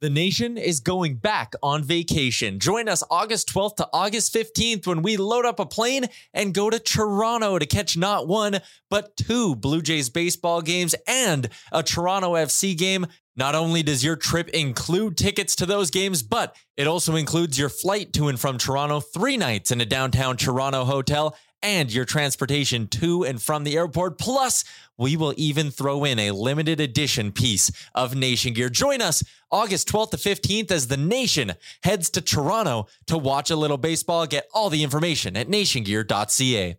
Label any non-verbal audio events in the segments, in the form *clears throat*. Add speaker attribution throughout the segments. Speaker 1: The nation is going back on vacation. Join us August 12th to August 15th when we load up a plane and go to Toronto to catch not one, but two Blue Jays baseball games and a Toronto FC game. Not only does your trip include tickets to those games, but it also includes your flight to and from Toronto, three nights in a downtown Toronto hotel, and your transportation to and from the airport. Plus, we will even throw in a limited edition piece of Nation Gear. Join us August 12th to 15th as the nation heads to Toronto to watch a little baseball. Get all the information at nationgear.ca.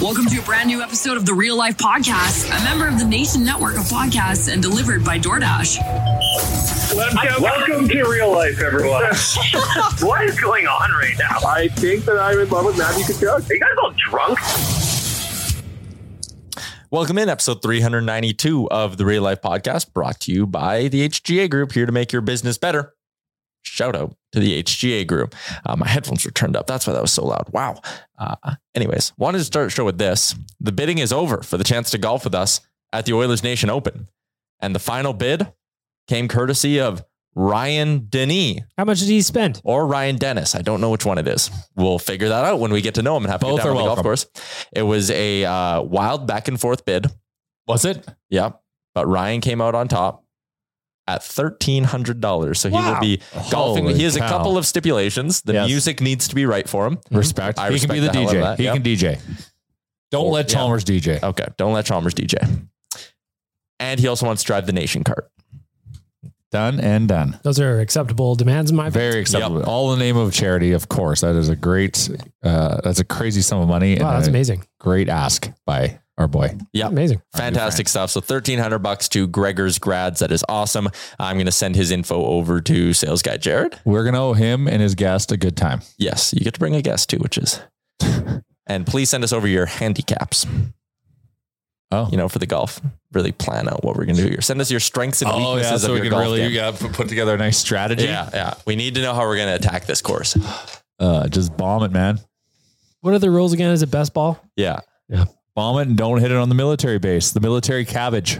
Speaker 2: Welcome to a brand new episode of the Real Life Podcast, a member of the Nation Network of Podcasts and delivered by DoorDash.
Speaker 3: Welcome to real life, everyone.
Speaker 4: What is going on right now?
Speaker 3: I think that I'm in love with Matthew Kachuk.
Speaker 4: Are you guys all drunk?
Speaker 1: Welcome in episode 392 of the Real Life Podcast, brought to you by the HGA Group, here to make your business better. Shout out to the HGA Group. Uh, my headphones were turned up. That's why that was so loud. Wow. Uh, anyways, wanted to start the show with this. The bidding is over for the chance to golf with us at the Oilers Nation Open. And the final bid came courtesy of Ryan Denis
Speaker 5: How much did he spend?
Speaker 1: or Ryan Dennis. I don't know which one it is. We'll figure that out when we get to know him and have a
Speaker 6: Both
Speaker 1: good time on
Speaker 6: are
Speaker 1: the golf
Speaker 6: welcome.
Speaker 1: course. It was a uh, wild back and forth bid.
Speaker 6: Was it?
Speaker 1: Yeah. But Ryan came out on top at thirteen hundred dollars. So he will
Speaker 5: Wow.
Speaker 1: be golfing.
Speaker 6: Holy
Speaker 1: he has a
Speaker 6: cow.
Speaker 1: couple of stipulations. The
Speaker 6: Yes. Mm-hmm.
Speaker 1: music needs to be right for him.
Speaker 6: Respect.
Speaker 1: I
Speaker 6: he can be the
Speaker 1: respect the hell out of
Speaker 6: DJ.
Speaker 1: that,
Speaker 6: He
Speaker 1: yeah.
Speaker 6: can DJ. Don't
Speaker 1: Cool.
Speaker 6: let
Speaker 1: Yeah.
Speaker 6: Chalmers DJ.
Speaker 1: Okay. Don't let Chalmers DJ. And he also wants to drive the nation cart.
Speaker 6: Done and done.
Speaker 5: Those are acceptable demands in my book.
Speaker 6: Very acceptable. All in the name of charity, of course. That is a great. Uh, that's a crazy sum of money.
Speaker 5: Wow,
Speaker 6: and
Speaker 5: that's
Speaker 6: a
Speaker 5: amazing.
Speaker 6: Great ask by our boy.
Speaker 1: Yeah.
Speaker 5: Amazing.
Speaker 1: Fantastic stuff. So thirteen hundred bucks to Gregor's grads. That is awesome. I'm going to send his info over to sales guy Jared.
Speaker 6: We're gonna owe him and his guest a good time.
Speaker 1: Yes, you get to bring a guest too, which
Speaker 6: *laughs*
Speaker 1: is. and please send us over your handicaps.
Speaker 6: Oh,
Speaker 1: You know, for the golf. Really plan out what we're going to do here. Send us your strengths and
Speaker 6: oh
Speaker 1: weaknesses
Speaker 6: yeah. So
Speaker 1: of your
Speaker 6: we can
Speaker 1: golf
Speaker 6: really
Speaker 1: game.
Speaker 6: you got to put together a nice strategy.
Speaker 1: Yeah, yeah. We need to know how we're going to attack this course.
Speaker 6: Uh, just bomb it, man.
Speaker 5: What are the rules again? Is it best ball?
Speaker 1: Yeah.
Speaker 6: Bomb it and don't hit it on the military base. The military cabbage.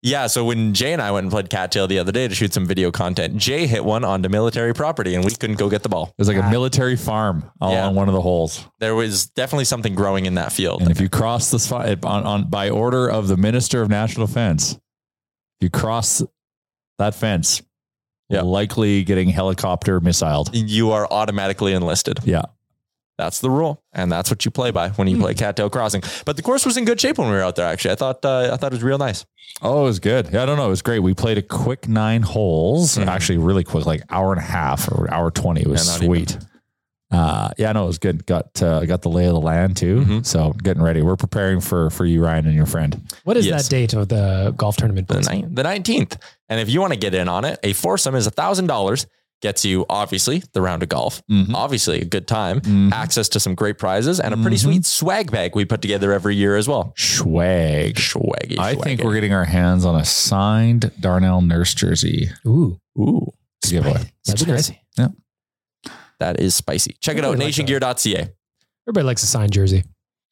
Speaker 1: Yeah. So when Jay and I went and played cattail the other day to shoot some video content, Jay hit one onto military property and we couldn't go get the ball.
Speaker 6: There's like a military farm all
Speaker 1: Ah. Yeah.
Speaker 6: on one of the holes.
Speaker 1: There was definitely something growing in that field.
Speaker 6: And if you cross the spot it- on, on by order of the Minister of National Defense, if you cross that fence,
Speaker 1: Yeah.
Speaker 6: likely getting helicopter missiled.
Speaker 1: you are automatically enlisted.
Speaker 6: Yeah.
Speaker 1: That's the rule, and that's what you play by when you play Cattail Crossing. But the course was in good shape when we were out there. Actually, I thought uh, I thought it was real nice.
Speaker 6: Oh, it was good. Yeah, I don't know. It was great. We played a quick nine holes,
Speaker 1: Mhm.
Speaker 6: actually really quick, like hour and a half or hour twenty. It was
Speaker 1: Yeah, not
Speaker 6: sweet. Uh, yeah, no, it was good. Got uh, got the lay of the land too.
Speaker 1: Mhm.
Speaker 6: So getting ready. We're preparing for for you, Ryan, and your friend.
Speaker 5: What is
Speaker 1: Yes.
Speaker 5: that date of the golf tournament?
Speaker 1: the
Speaker 5: please?
Speaker 1: nine, the nineteenth. And if you want to get in on it, a foursome is a thousand dollars. Gets you obviously the round of golf,
Speaker 6: Mhm.
Speaker 1: obviously a good time,
Speaker 6: Mhm.
Speaker 1: access to some great prizes, and a pretty sweet swag bag we put together every year as well.
Speaker 6: Schwag.
Speaker 1: Swaggy,
Speaker 6: I think
Speaker 1: swaggy.
Speaker 6: we're getting our hands on a signed Darnell Nurse jersey
Speaker 5: Ooh,
Speaker 1: ooh,
Speaker 6: to give away.
Speaker 5: that'd be nice.
Speaker 1: that is spicy. Check it
Speaker 5: I
Speaker 1: out,
Speaker 5: really like that.
Speaker 1: nationgear.ca.
Speaker 5: Everybody likes a signed jersey.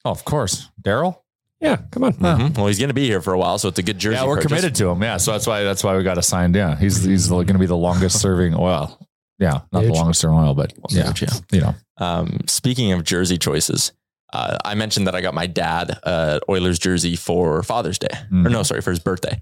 Speaker 6: Oh, of course, Daryl.
Speaker 5: Yeah, come on.
Speaker 1: Mhm. Well, he's going to be here for a while, so it's a good jersey.
Speaker 6: Yeah, we're
Speaker 1: purchase.
Speaker 6: committed to him. Yeah, so that's why that's why we got assigned. Yeah, he's he's going to be the longest serving *laughs* oil. Yeah, not the
Speaker 5: Huge.
Speaker 6: longest serving oil, but yeah,
Speaker 1: Huge, yeah.
Speaker 6: you know.
Speaker 1: Um, speaking of jersey choices, uh, I mentioned that I got my dad uh, Oilers jersey for Father's Day, or no, sorry, for his birthday.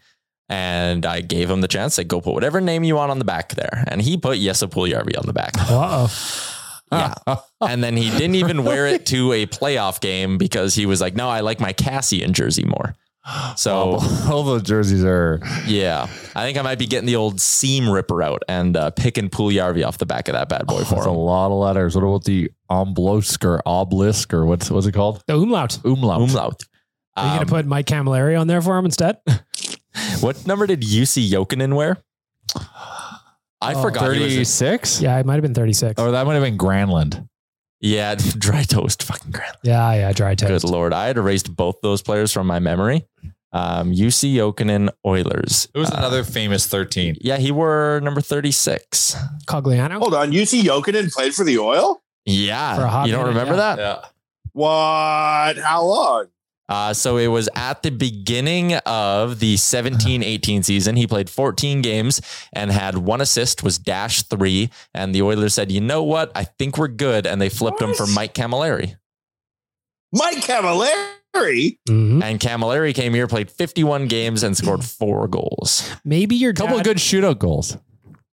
Speaker 1: And I gave him the chance. Said, "Go put whatever name you want on the back there." And he put Yesa Puljärvi on the back.
Speaker 5: Uh oh.
Speaker 1: yeah.
Speaker 6: *laughs*
Speaker 1: And then he didn't even wear it to a playoff game because he was like, "No, I like my Cassian jersey more."
Speaker 6: Oh,
Speaker 1: So
Speaker 6: all those jerseys are.
Speaker 1: yeah, I think I might be getting the old seam ripper out and uh, picking Puljärvi off the back of that bad
Speaker 5: Oh,
Speaker 1: boy for
Speaker 6: That's a
Speaker 1: him.
Speaker 6: lot of letters. What about the omblosk or oblisk or what's what's it called?
Speaker 5: The umlaut.
Speaker 6: Umlaut.
Speaker 1: Umlaut.
Speaker 5: Are you
Speaker 1: Um,
Speaker 5: going to put Mike Camilleri on there for him instead?
Speaker 1: What number did UC Jokinen
Speaker 5: *gasps*
Speaker 1: wear? I
Speaker 5: Oh.
Speaker 1: forgot. he was a-
Speaker 6: Thirty six.
Speaker 5: yeah, it might have been 36.
Speaker 6: Or that might have been Granlund.
Speaker 1: yeah, *laughs* dry toast. Fucking grand.
Speaker 5: yeah, yeah, dry
Speaker 1: Good
Speaker 5: toast.
Speaker 1: lord. I had erased both those players from my memory. Um, UC Jokinen Oilers.
Speaker 6: It was
Speaker 1: Uh,
Speaker 6: another famous thirteen.
Speaker 1: Yeah, he wore number 36.
Speaker 5: Cogliano?
Speaker 3: Hold on, UC Jokinen played for the Oil.
Speaker 1: Yeah.
Speaker 5: For a hot
Speaker 1: you don't
Speaker 5: minute,
Speaker 1: remember
Speaker 5: yeah.
Speaker 1: that?
Speaker 3: What? How long?
Speaker 1: Uh, so it was at the beginning of the 17 18 season. He played 14 games and had one assist, was dash three. And the Oilers said, you know what? I think we're good. And they flipped him for
Speaker 3: What?
Speaker 1: Mike Camilleri.
Speaker 3: Mike Cavallari.
Speaker 5: Mhm.
Speaker 1: And Camilleri came here, played 51 games, and scored
Speaker 6: Mm.
Speaker 1: four goals.
Speaker 5: Maybe your
Speaker 6: A couple of
Speaker 5: dad,
Speaker 6: good shootout goals.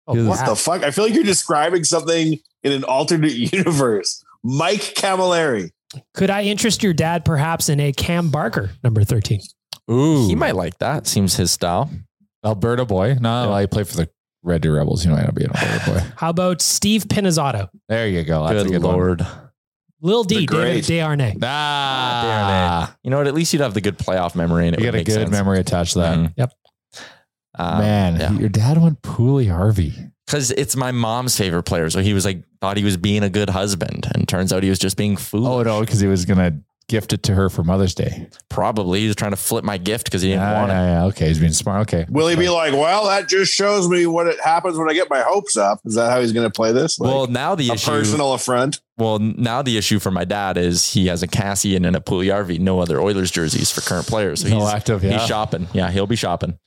Speaker 5: Oh,
Speaker 3: What
Speaker 5: wow.
Speaker 3: the fuck? I feel like you're describing something in an alternate *laughs* universe. Mike Cavallari.
Speaker 5: Could I interest your dad perhaps in a Cam Barker number 13?
Speaker 6: Ooh,
Speaker 1: He might like that. Seems his style.
Speaker 6: Alberta boy. No,
Speaker 1: Yeah.
Speaker 6: I played for the Red Deer Rebels. You might not be an Alberta boy.
Speaker 5: How about Steve Pinizotto?
Speaker 6: There you go. That's a good one.
Speaker 5: Lil D,
Speaker 3: The
Speaker 5: David
Speaker 3: great.
Speaker 5: DeArnay.
Speaker 6: Ah,
Speaker 1: You know what? At least you'd have the good playoff memory, and it
Speaker 6: you
Speaker 1: would
Speaker 6: got a
Speaker 1: make
Speaker 6: good
Speaker 1: sense.
Speaker 6: memory attached to that.
Speaker 1: Mhm.
Speaker 5: Yep.
Speaker 1: Um,
Speaker 6: Man,
Speaker 1: yeah.
Speaker 6: your dad went Pooley Harvey.
Speaker 1: because it's my mom's favorite player, so he was like thought he was being a good husband, and turns out he was just being foolish.
Speaker 6: Oh no, because he was gonna gift it to her for Mother's Day.
Speaker 1: Probably he was trying to flip my gift because he didn't
Speaker 6: Yeah,
Speaker 1: want it.
Speaker 6: yeah, yeah. Okay, he's being smart. Okay,
Speaker 3: Will he be like, well, that just shows me what it happens when I get my hopes up? Is that how he's going to play this? Like,
Speaker 1: well, now the
Speaker 3: a
Speaker 1: issue.
Speaker 3: personal affront.
Speaker 1: well, now the issue for my dad is he has a Cassian and a Pugliarvi, no other Oilers jerseys for current players. So
Speaker 6: no
Speaker 1: he's,
Speaker 6: active. Yeah,
Speaker 1: he's shopping. Yeah, he'll be shopping.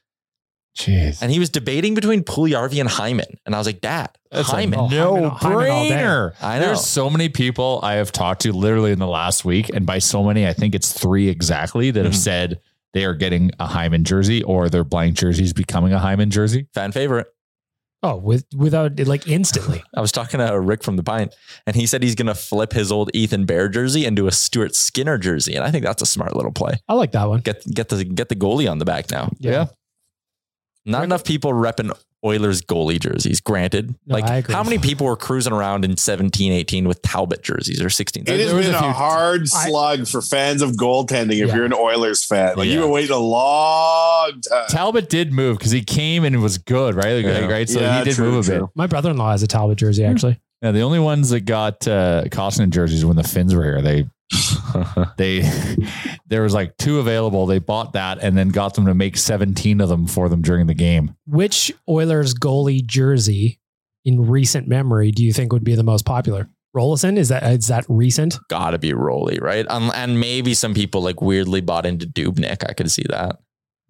Speaker 6: jeez,
Speaker 1: And he was debating between Pugliarvi and Hyman. And I was like, Dad, Hyman.
Speaker 5: no.
Speaker 6: no
Speaker 5: Hyman all day.
Speaker 6: brainer.
Speaker 1: I know.
Speaker 6: There's so many people I have talked to literally in the last week, and by so many, I think it's three exactly that have
Speaker 1: Mhm.
Speaker 6: said they are getting a Hyman jersey or their blank jersey is becoming a Hyman jersey.
Speaker 1: fan favorite.
Speaker 5: Oh, with without like instantly.
Speaker 1: I was talking to Rick from the Pint, and he said he's going to flip his old Ethan Bear jersey into a Stuart Skinner jersey. And I think that's a smart little play.
Speaker 5: I like that one.
Speaker 1: Get get the get the goalie on the back now.
Speaker 6: Yeah.
Speaker 1: Not enough people repping Oilers goalie jerseys. Granted,
Speaker 5: No, I
Speaker 1: like
Speaker 5: agree.
Speaker 1: how many people were cruising around in 17, 18 with Talbot jerseys or 16?
Speaker 3: It has
Speaker 6: was
Speaker 3: been
Speaker 6: a
Speaker 3: a,
Speaker 6: few-
Speaker 3: hard
Speaker 5: I-
Speaker 3: slug for fans of goaltending if
Speaker 5: Yeah.
Speaker 3: you're an Oilers fan. Like,
Speaker 1: Yeah.
Speaker 3: you've been waiting a long time.
Speaker 6: Talbot did move because he came and was good, right? Like,
Speaker 1: Yeah.
Speaker 6: Right, so
Speaker 3: Yeah,
Speaker 6: he did
Speaker 3: true,
Speaker 6: move a bit.
Speaker 3: true.
Speaker 5: My brother in law has a Talbot jersey, actually.
Speaker 6: Yeah, the only ones that got uh, Costner jerseys when the Finns were here, *laughs* they they *laughs* there was like two available. They bought that and then got them to make seventeen of them for them during the game.
Speaker 5: Which Oilers goalie jersey in recent memory do you think would be the most popular? Rollison? Is that is that recent?
Speaker 1: Gotta be Rolly, right? Um, and maybe some people like weirdly bought into Dubnik. I could see that.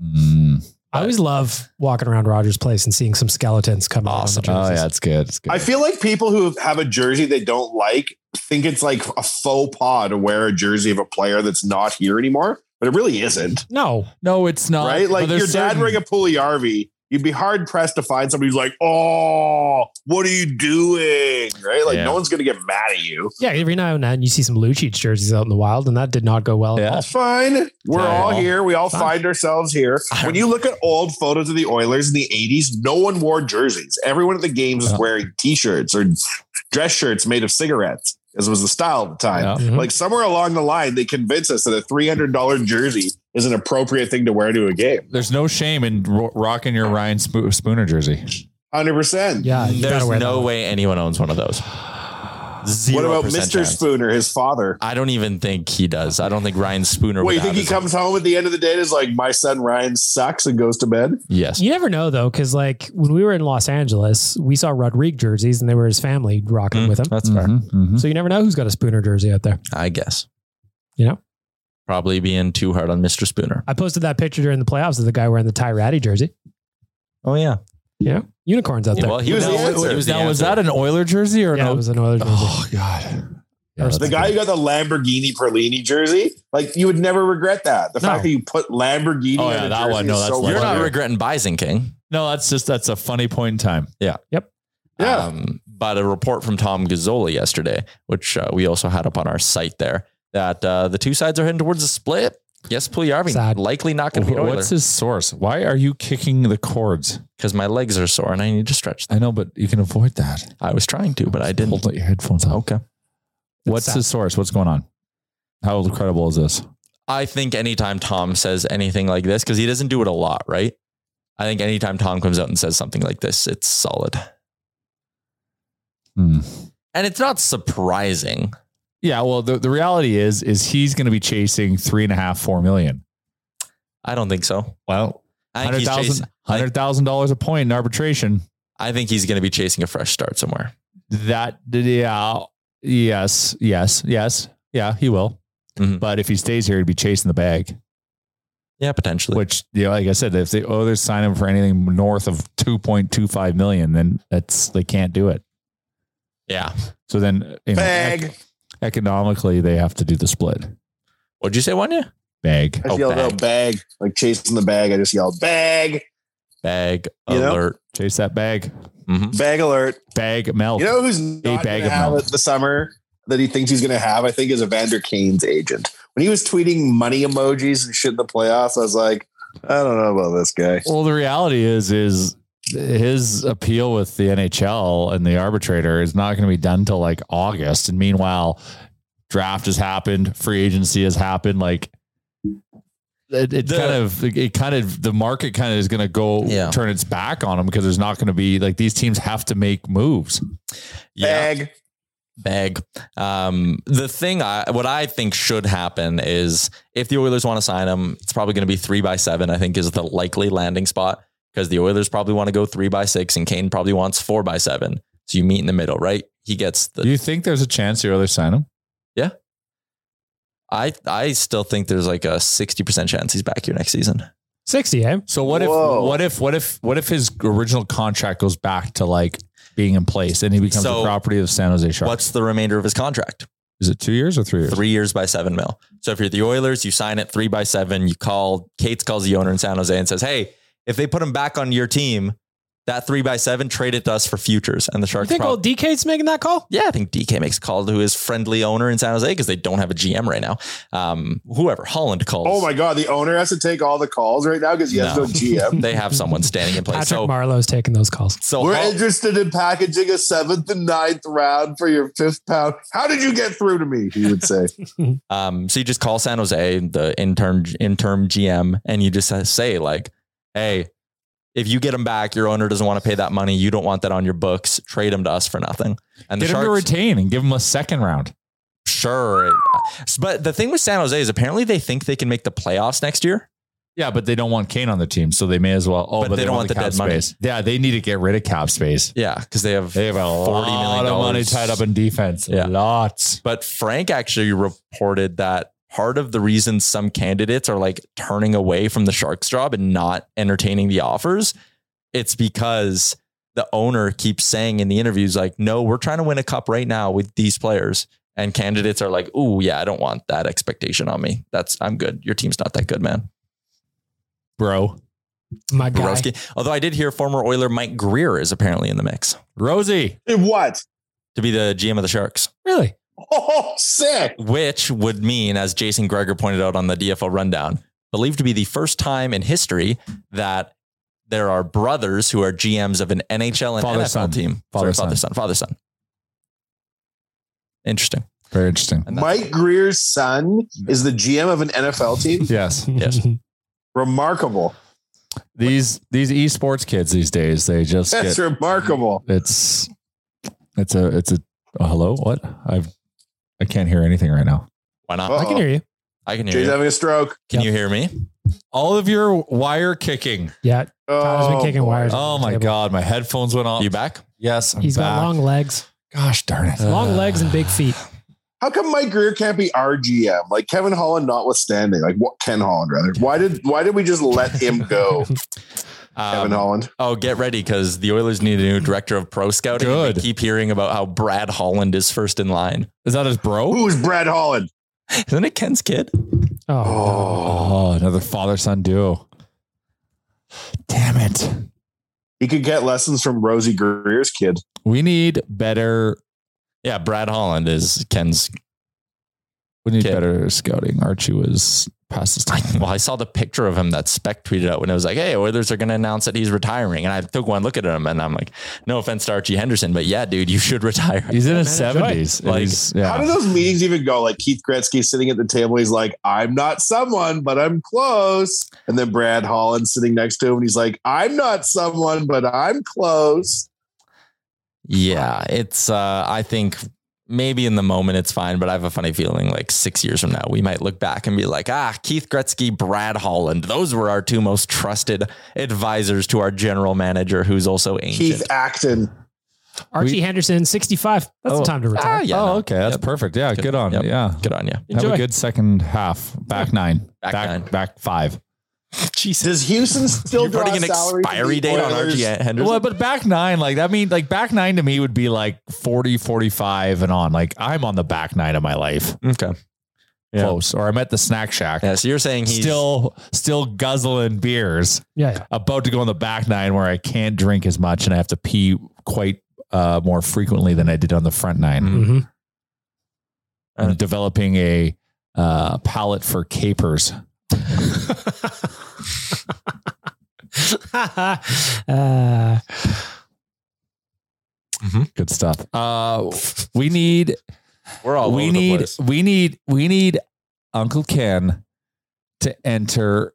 Speaker 6: Mm.
Speaker 5: I always love walking around Rogers Place and seeing some skeletons come out.
Speaker 1: Awesome.
Speaker 6: Oh yeah,
Speaker 5: yeah.
Speaker 6: it's good. It's good.
Speaker 3: I feel like people who have a jersey they don't like think it's like a faux pas to wear a jersey of a player that's not here anymore, but it really isn't,
Speaker 5: No,
Speaker 6: no, it's not
Speaker 3: right? Like
Speaker 6: but there's
Speaker 3: your dad
Speaker 6: certain-
Speaker 3: wearing a Puliarvi you'd be hard pressed to find somebody who's like, "Oh, what are you doing?" Right? Like,
Speaker 6: Yeah.
Speaker 3: no one's gonna get mad at you.
Speaker 5: Yeah, every now and then you see some Lucic jerseys out in the wild, and that did not go well at
Speaker 6: Yeah.
Speaker 5: all.
Speaker 3: It's fine. We're
Speaker 6: Yeah.
Speaker 3: all here. We all
Speaker 5: Fine.
Speaker 3: find ourselves here. When you look at old photos of the Oilers in the 80s, no one wore jerseys. Everyone at the games was
Speaker 6: Yeah.
Speaker 3: wearing t-shirts or dress shirts made of cigarettes, as was the style at the time.
Speaker 6: Yeah.
Speaker 5: Mhm.
Speaker 3: Like somewhere along the line, they convince us that a $300 jersey is an appropriate thing to wear to a game.
Speaker 6: There's no shame in ro- rocking your Ryan Spo- Spooner jersey.
Speaker 3: 100%.
Speaker 5: yeah, Ah, you
Speaker 1: There's
Speaker 5: gotta wear
Speaker 1: no
Speaker 5: that.
Speaker 1: way anyone owns one of those. Zero
Speaker 3: What about Mr. Spooner, his father?
Speaker 1: I don't even think he does. I don't think Ryan Spooner. would
Speaker 3: Wait, you think
Speaker 1: have
Speaker 3: he
Speaker 1: his-
Speaker 3: comes home at the end of the day and is like, my son Ryan sucks and goes to bed?
Speaker 6: Yes.
Speaker 5: You never know though, because like when we were in Los Angeles, we saw Rodrigue jerseys, and they were his family rocking
Speaker 1: Mm,
Speaker 5: with him.
Speaker 6: That's fair.
Speaker 5: So you never know who's got a Spooner jersey out there.
Speaker 1: I guess.
Speaker 5: You know?
Speaker 1: probably being too hard on Mr. Spooner.
Speaker 5: I posted that picture during the playoffs of the guy wearing the Ty Ratty jersey.
Speaker 1: Oh yeah.
Speaker 5: Yeah, unicorns out there.
Speaker 1: Well, he,
Speaker 3: He
Speaker 1: was,
Speaker 3: was
Speaker 1: the
Speaker 3: the
Speaker 1: answer.
Speaker 3: answer.
Speaker 1: He was the
Speaker 6: Now, was
Speaker 1: answer.
Speaker 6: that an Oiler jersey or
Speaker 5: yeah,
Speaker 6: no?
Speaker 5: it was an Oilers jersey.
Speaker 6: oh God. Yeah,
Speaker 5: First-
Speaker 6: that's
Speaker 3: The guy who got
Speaker 6: good.
Speaker 3: the Lamborghini Perlini jersey, like you would never regret that. The
Speaker 5: No.
Speaker 3: fact that you put Lamborghini
Speaker 6: Oh,
Speaker 3: on
Speaker 6: yeah,
Speaker 3: a
Speaker 6: that
Speaker 3: jersey
Speaker 6: one. No,
Speaker 3: is
Speaker 6: that's
Speaker 3: so
Speaker 6: like-
Speaker 1: You're
Speaker 3: funny.
Speaker 1: not regretting Bison King.
Speaker 6: No, that's just that's a funny point in time.
Speaker 3: Yeah.
Speaker 1: Um, but a report from Tom Gazzola yesterday, which uh, we also had up on our site there, that uh, the two sides are heading towards a split. Yes, Puljujarvi
Speaker 5: Sad.
Speaker 1: likely not going to be an
Speaker 6: What's his source? Why are you kicking the cords?
Speaker 1: because my legs are sore and I need to stretch them.
Speaker 6: I know, but you can avoid that.
Speaker 1: I was trying to, but I didn't.
Speaker 6: Hold your headphones up.
Speaker 1: Okay.
Speaker 6: What's
Speaker 5: sad.
Speaker 6: his source? What's going on? How credible is this?
Speaker 1: I think anytime Tom says anything like this, because he doesn't do it a lot, right? I think anytime Tom comes out and says something like this, it's solid.
Speaker 6: Hmm.
Speaker 1: And it's not surprising.
Speaker 6: Yeah, well, the, the reality is is he's going to be chasing three and a half, four million.
Speaker 1: I don't think so.
Speaker 6: Well,
Speaker 1: I think
Speaker 6: hundred
Speaker 1: he's
Speaker 6: thousand,
Speaker 1: chasing- I think-
Speaker 6: hundred thousand dollars a point in arbitration.
Speaker 1: I think he's going to be chasing a fresh start somewhere.
Speaker 6: That yeah, yes, yes, yes, yeah, he will.
Speaker 1: Mhm.
Speaker 6: But if he stays here, he'd be chasing the bag.
Speaker 1: Yeah, potentially.
Speaker 6: Which, you know, like I said, if they oh, they're signing for anything north of two point two five million, then that's they can't do it.
Speaker 1: yeah.
Speaker 6: So then, you know, ec-
Speaker 3: Bag.
Speaker 6: economically, they have to do the split
Speaker 1: What'd you say, Wanya?
Speaker 6: bag.
Speaker 3: I
Speaker 1: Oh,
Speaker 3: just yelled
Speaker 1: bag.
Speaker 3: out bag, like chasing the bag. I just yelled bag,
Speaker 1: Bag
Speaker 3: You know?
Speaker 1: alert.
Speaker 6: Chase that bag,
Speaker 1: Mhm.
Speaker 3: bag alert.
Speaker 6: bag melt.
Speaker 3: You know who's not
Speaker 6: Oh, bag
Speaker 3: going to
Speaker 6: of
Speaker 3: have
Speaker 6: milk.
Speaker 3: it the summer that he thinks he's going to have? I think is Evander Kane's agent. When he was tweeting money emojis and shit in the playoffs, I was like, I don't know about this guy.
Speaker 6: Well, the reality is, is his appeal with the NHL and the arbitrator is not going to be done till like August. And meanwhile, draft has happened, free agency has happened. Like it, it
Speaker 1: The-
Speaker 6: kind of, it kind of, the market kind of is going to go
Speaker 1: Yeah.
Speaker 6: turn its back on him because there's not going to be like these teams have to make moves.
Speaker 1: Yeah.
Speaker 3: Bag.
Speaker 1: Bag. Um, the thing I, what I think should happen is if the Oilers want to sign him, it's probably going to be three by seven, I think is the likely landing spot because the Oilers probably want to go three by six and Kane probably wants four by seven. So you meet in the middle, right? He gets the
Speaker 6: Do you think there's a chance the others sign him?
Speaker 1: I I still think there's like a 60% chance he's back here next season.
Speaker 5: Sixty, eh?
Speaker 6: So what
Speaker 3: Whoa.
Speaker 6: if, what if, what if, what if his original contract goes back to like being in place and he becomes
Speaker 1: So,
Speaker 6: a property of San Jose Sharks?
Speaker 1: What's the remainder of his contract?
Speaker 6: Is it two years or three years?
Speaker 1: Three years by seven mil. So if you're the Oilers, you sign it three by seven. You call Cates calls the owner in San Jose and says, Hey, if they put him back on your team, that three by seven, trade it to us for futures. And the
Speaker 5: You
Speaker 1: Sharks
Speaker 5: think
Speaker 1: prob-
Speaker 5: old DK's making that call?
Speaker 1: yeah, I think DK makes a call to his friendly owner in San Jose because they don't have a GM right now. Um, whoever Holland calls.
Speaker 3: Oh my god, the owner has to take all the calls right now because he has
Speaker 1: No.
Speaker 3: no GM.
Speaker 1: They have someone standing in place.
Speaker 5: Patrick
Speaker 1: so
Speaker 5: Marlowe's taking those calls.
Speaker 1: so
Speaker 3: We're
Speaker 1: Hol-
Speaker 3: interested in packaging a seventh and ninth round for your fifth pound. How did you get through to me? He would say.
Speaker 1: Um, so you just call San Jose, the intern interim GM, and you just say like, "Hey, if you get him back, your owner doesn't want to pay that money. You don't want that on your books. Trade him to us for nothing." And
Speaker 6: Get
Speaker 1: the
Speaker 6: him to
Speaker 1: Sharks,
Speaker 6: retain and give him a second round.
Speaker 1: sure. But the thing with San Jose is apparently they think they can make the playoffs next year.
Speaker 6: Yeah, but they don't want Kane on the team, so they may as well. Oh, but, they, don't want the,
Speaker 1: dead
Speaker 6: cap
Speaker 1: money.
Speaker 6: space. Yeah, they need to get rid of cap space.
Speaker 1: Yeah, because they have.
Speaker 6: They have a
Speaker 1: $40 million
Speaker 6: lot of money tied up in defense.
Speaker 1: Yeah.
Speaker 6: Lots.
Speaker 1: But Frank actually reported that part of the reason some candidates are like turning away from the Sharks job and not entertaining the offers, it's because the owner keeps saying in the interviews, like, no, we're trying to win a cup right now with these players. And candidates are like, oh, yeah, I don't want that expectation on me. That's, I'm good. Your team's not that good, man.
Speaker 6: Bro.
Speaker 5: My guy.
Speaker 1: Bobrovsky. Although I did hear former Oiler Mike Greer is apparently in the mix.
Speaker 6: Rosie.
Speaker 3: what?
Speaker 1: To be the GM of the Sharks.
Speaker 5: Really?
Speaker 3: Oh, sick.
Speaker 1: Which would mean, as Jason Greger pointed out on the DFO rundown, believed to be the first time in history that there are brothers who are GMs of an NHL and
Speaker 6: Father,
Speaker 1: NFL
Speaker 6: son.
Speaker 1: team.
Speaker 6: Father,
Speaker 1: Sorry, father, son. Father, son. Interesting.
Speaker 6: Very interesting.
Speaker 1: *laughs* And that's-
Speaker 3: Mike Greer's son is the GM of an NFL
Speaker 6: *laughs*
Speaker 3: team.
Speaker 6: Yes.
Speaker 1: Yes.
Speaker 3: Remarkable.
Speaker 6: These these esports kids these days, they just
Speaker 3: *laughs* That's
Speaker 6: get,
Speaker 3: remarkable.
Speaker 6: it's it's a it's a oh, hello? What? I've I can't hear anything right now.
Speaker 1: Why not?
Speaker 5: *laughs*
Speaker 3: Oh,
Speaker 5: I can hear you.
Speaker 1: I can hear
Speaker 3: Jay's
Speaker 1: you.
Speaker 3: having a stroke.
Speaker 1: Can you hear me?
Speaker 6: All of your wire kicking.
Speaker 5: Yeah. Tyler's been kicking
Speaker 3: boy.
Speaker 5: wires.
Speaker 6: Oh
Speaker 5: under the
Speaker 6: my
Speaker 5: table.
Speaker 6: god, my headphones went
Speaker 3: Oh,
Speaker 6: off.
Speaker 1: You back?
Speaker 6: yes, I'm
Speaker 5: He's
Speaker 6: back.
Speaker 5: got long legs.
Speaker 6: Gosh darn it.
Speaker 5: Long legs and big feet.
Speaker 3: How come Mike Greer can't be our GM? Like Kevin Holland, notwithstanding, like what Ken Holland rather. Why did why did we just let
Speaker 5: *laughs*
Speaker 3: him go,
Speaker 1: Um,
Speaker 3: Kevin Holland?
Speaker 1: Oh, get ready because the Oilers need a new director of pro scouting.
Speaker 6: Good.
Speaker 1: We keep hearing about how Brad Holland is first in line.
Speaker 6: Is that his bro?
Speaker 3: Who's Brad Holland?
Speaker 1: Isn't it Ken's kid?
Speaker 5: Oh,
Speaker 6: Oh, another father son duo. Damn it.
Speaker 3: He could get lessons from Rosie Greer's kid.
Speaker 6: We need better
Speaker 1: Yeah, Brad Holland is Ken's.
Speaker 6: we need
Speaker 1: Kid.
Speaker 6: better scouting. Archie was past his time. *laughs*
Speaker 1: Well, I saw the picture of him that Spec tweeted out when it was like, "Hey, Oilers are going to announce that he's retiring." And I took one look at him, and I'm like, "No offense to Archie Henderson, but yeah, dude, you should *laughs* retire."
Speaker 6: He's in his
Speaker 5: enjoy.
Speaker 6: seventies.
Speaker 1: Like,
Speaker 3: How do those meetings even go? Like Keith Gretzky sitting at the table, he's like, "I'm not someone, but I'm close." And then Brad Holland sitting next to him, and he's like, "I'm not someone, but I'm close."
Speaker 1: Yeah, it's. Uh, I think maybe in the moment it's fine, but I have a funny feeling like six years from now we might look back and be like, ah, Keith Gretzky, Brad Holland, those were our two most trusted advisors to our general manager, who's also ancient.
Speaker 3: Keith uh, Acton.
Speaker 5: Archie
Speaker 6: We-
Speaker 5: Henderson, 65. That's the
Speaker 6: Oh.
Speaker 5: time to
Speaker 6: *laughs*
Speaker 5: retire.
Speaker 1: Ah, yeah,
Speaker 6: oh,
Speaker 1: no.
Speaker 6: okay. That's
Speaker 1: Yep.
Speaker 6: perfect. Yeah,
Speaker 1: Good.
Speaker 6: good on.
Speaker 1: Yep.
Speaker 6: Yeah,
Speaker 1: Good on you.
Speaker 6: have
Speaker 5: Enjoy.
Speaker 6: a good second half. Back nine.
Speaker 1: Back
Speaker 6: Back
Speaker 1: nine.
Speaker 6: back five.
Speaker 1: Jesus,
Speaker 3: Does Houston still
Speaker 1: you're
Speaker 3: draw
Speaker 1: putting an
Speaker 3: salary? to
Speaker 1: expiry
Speaker 3: the
Speaker 1: date on
Speaker 3: Oilers?
Speaker 1: Archie Henderson.
Speaker 6: Well, but back nine, like that mean like back nine to me would be like 40, 45 and on. Like I'm on the back nine of my life.
Speaker 1: Okay. Yeah.
Speaker 6: Close. Or I'm at the snack shack.
Speaker 1: Yeah, so you're saying he's
Speaker 6: Still still guzzling beers.
Speaker 5: Yeah, yeah.
Speaker 6: About to go on the back nine where I can't drink as much and I have to pee quite uh, more frequently than I did on the front nine.
Speaker 1: Mhm.
Speaker 5: hmm
Speaker 6: I'm developing a uh, palette for capers.
Speaker 5: *laughs* uh,
Speaker 6: Good stuff. Mm-hmm. Uh, we need
Speaker 1: we're all
Speaker 6: we
Speaker 1: over the
Speaker 6: need
Speaker 1: place.
Speaker 6: we need we need Uncle Ken to enter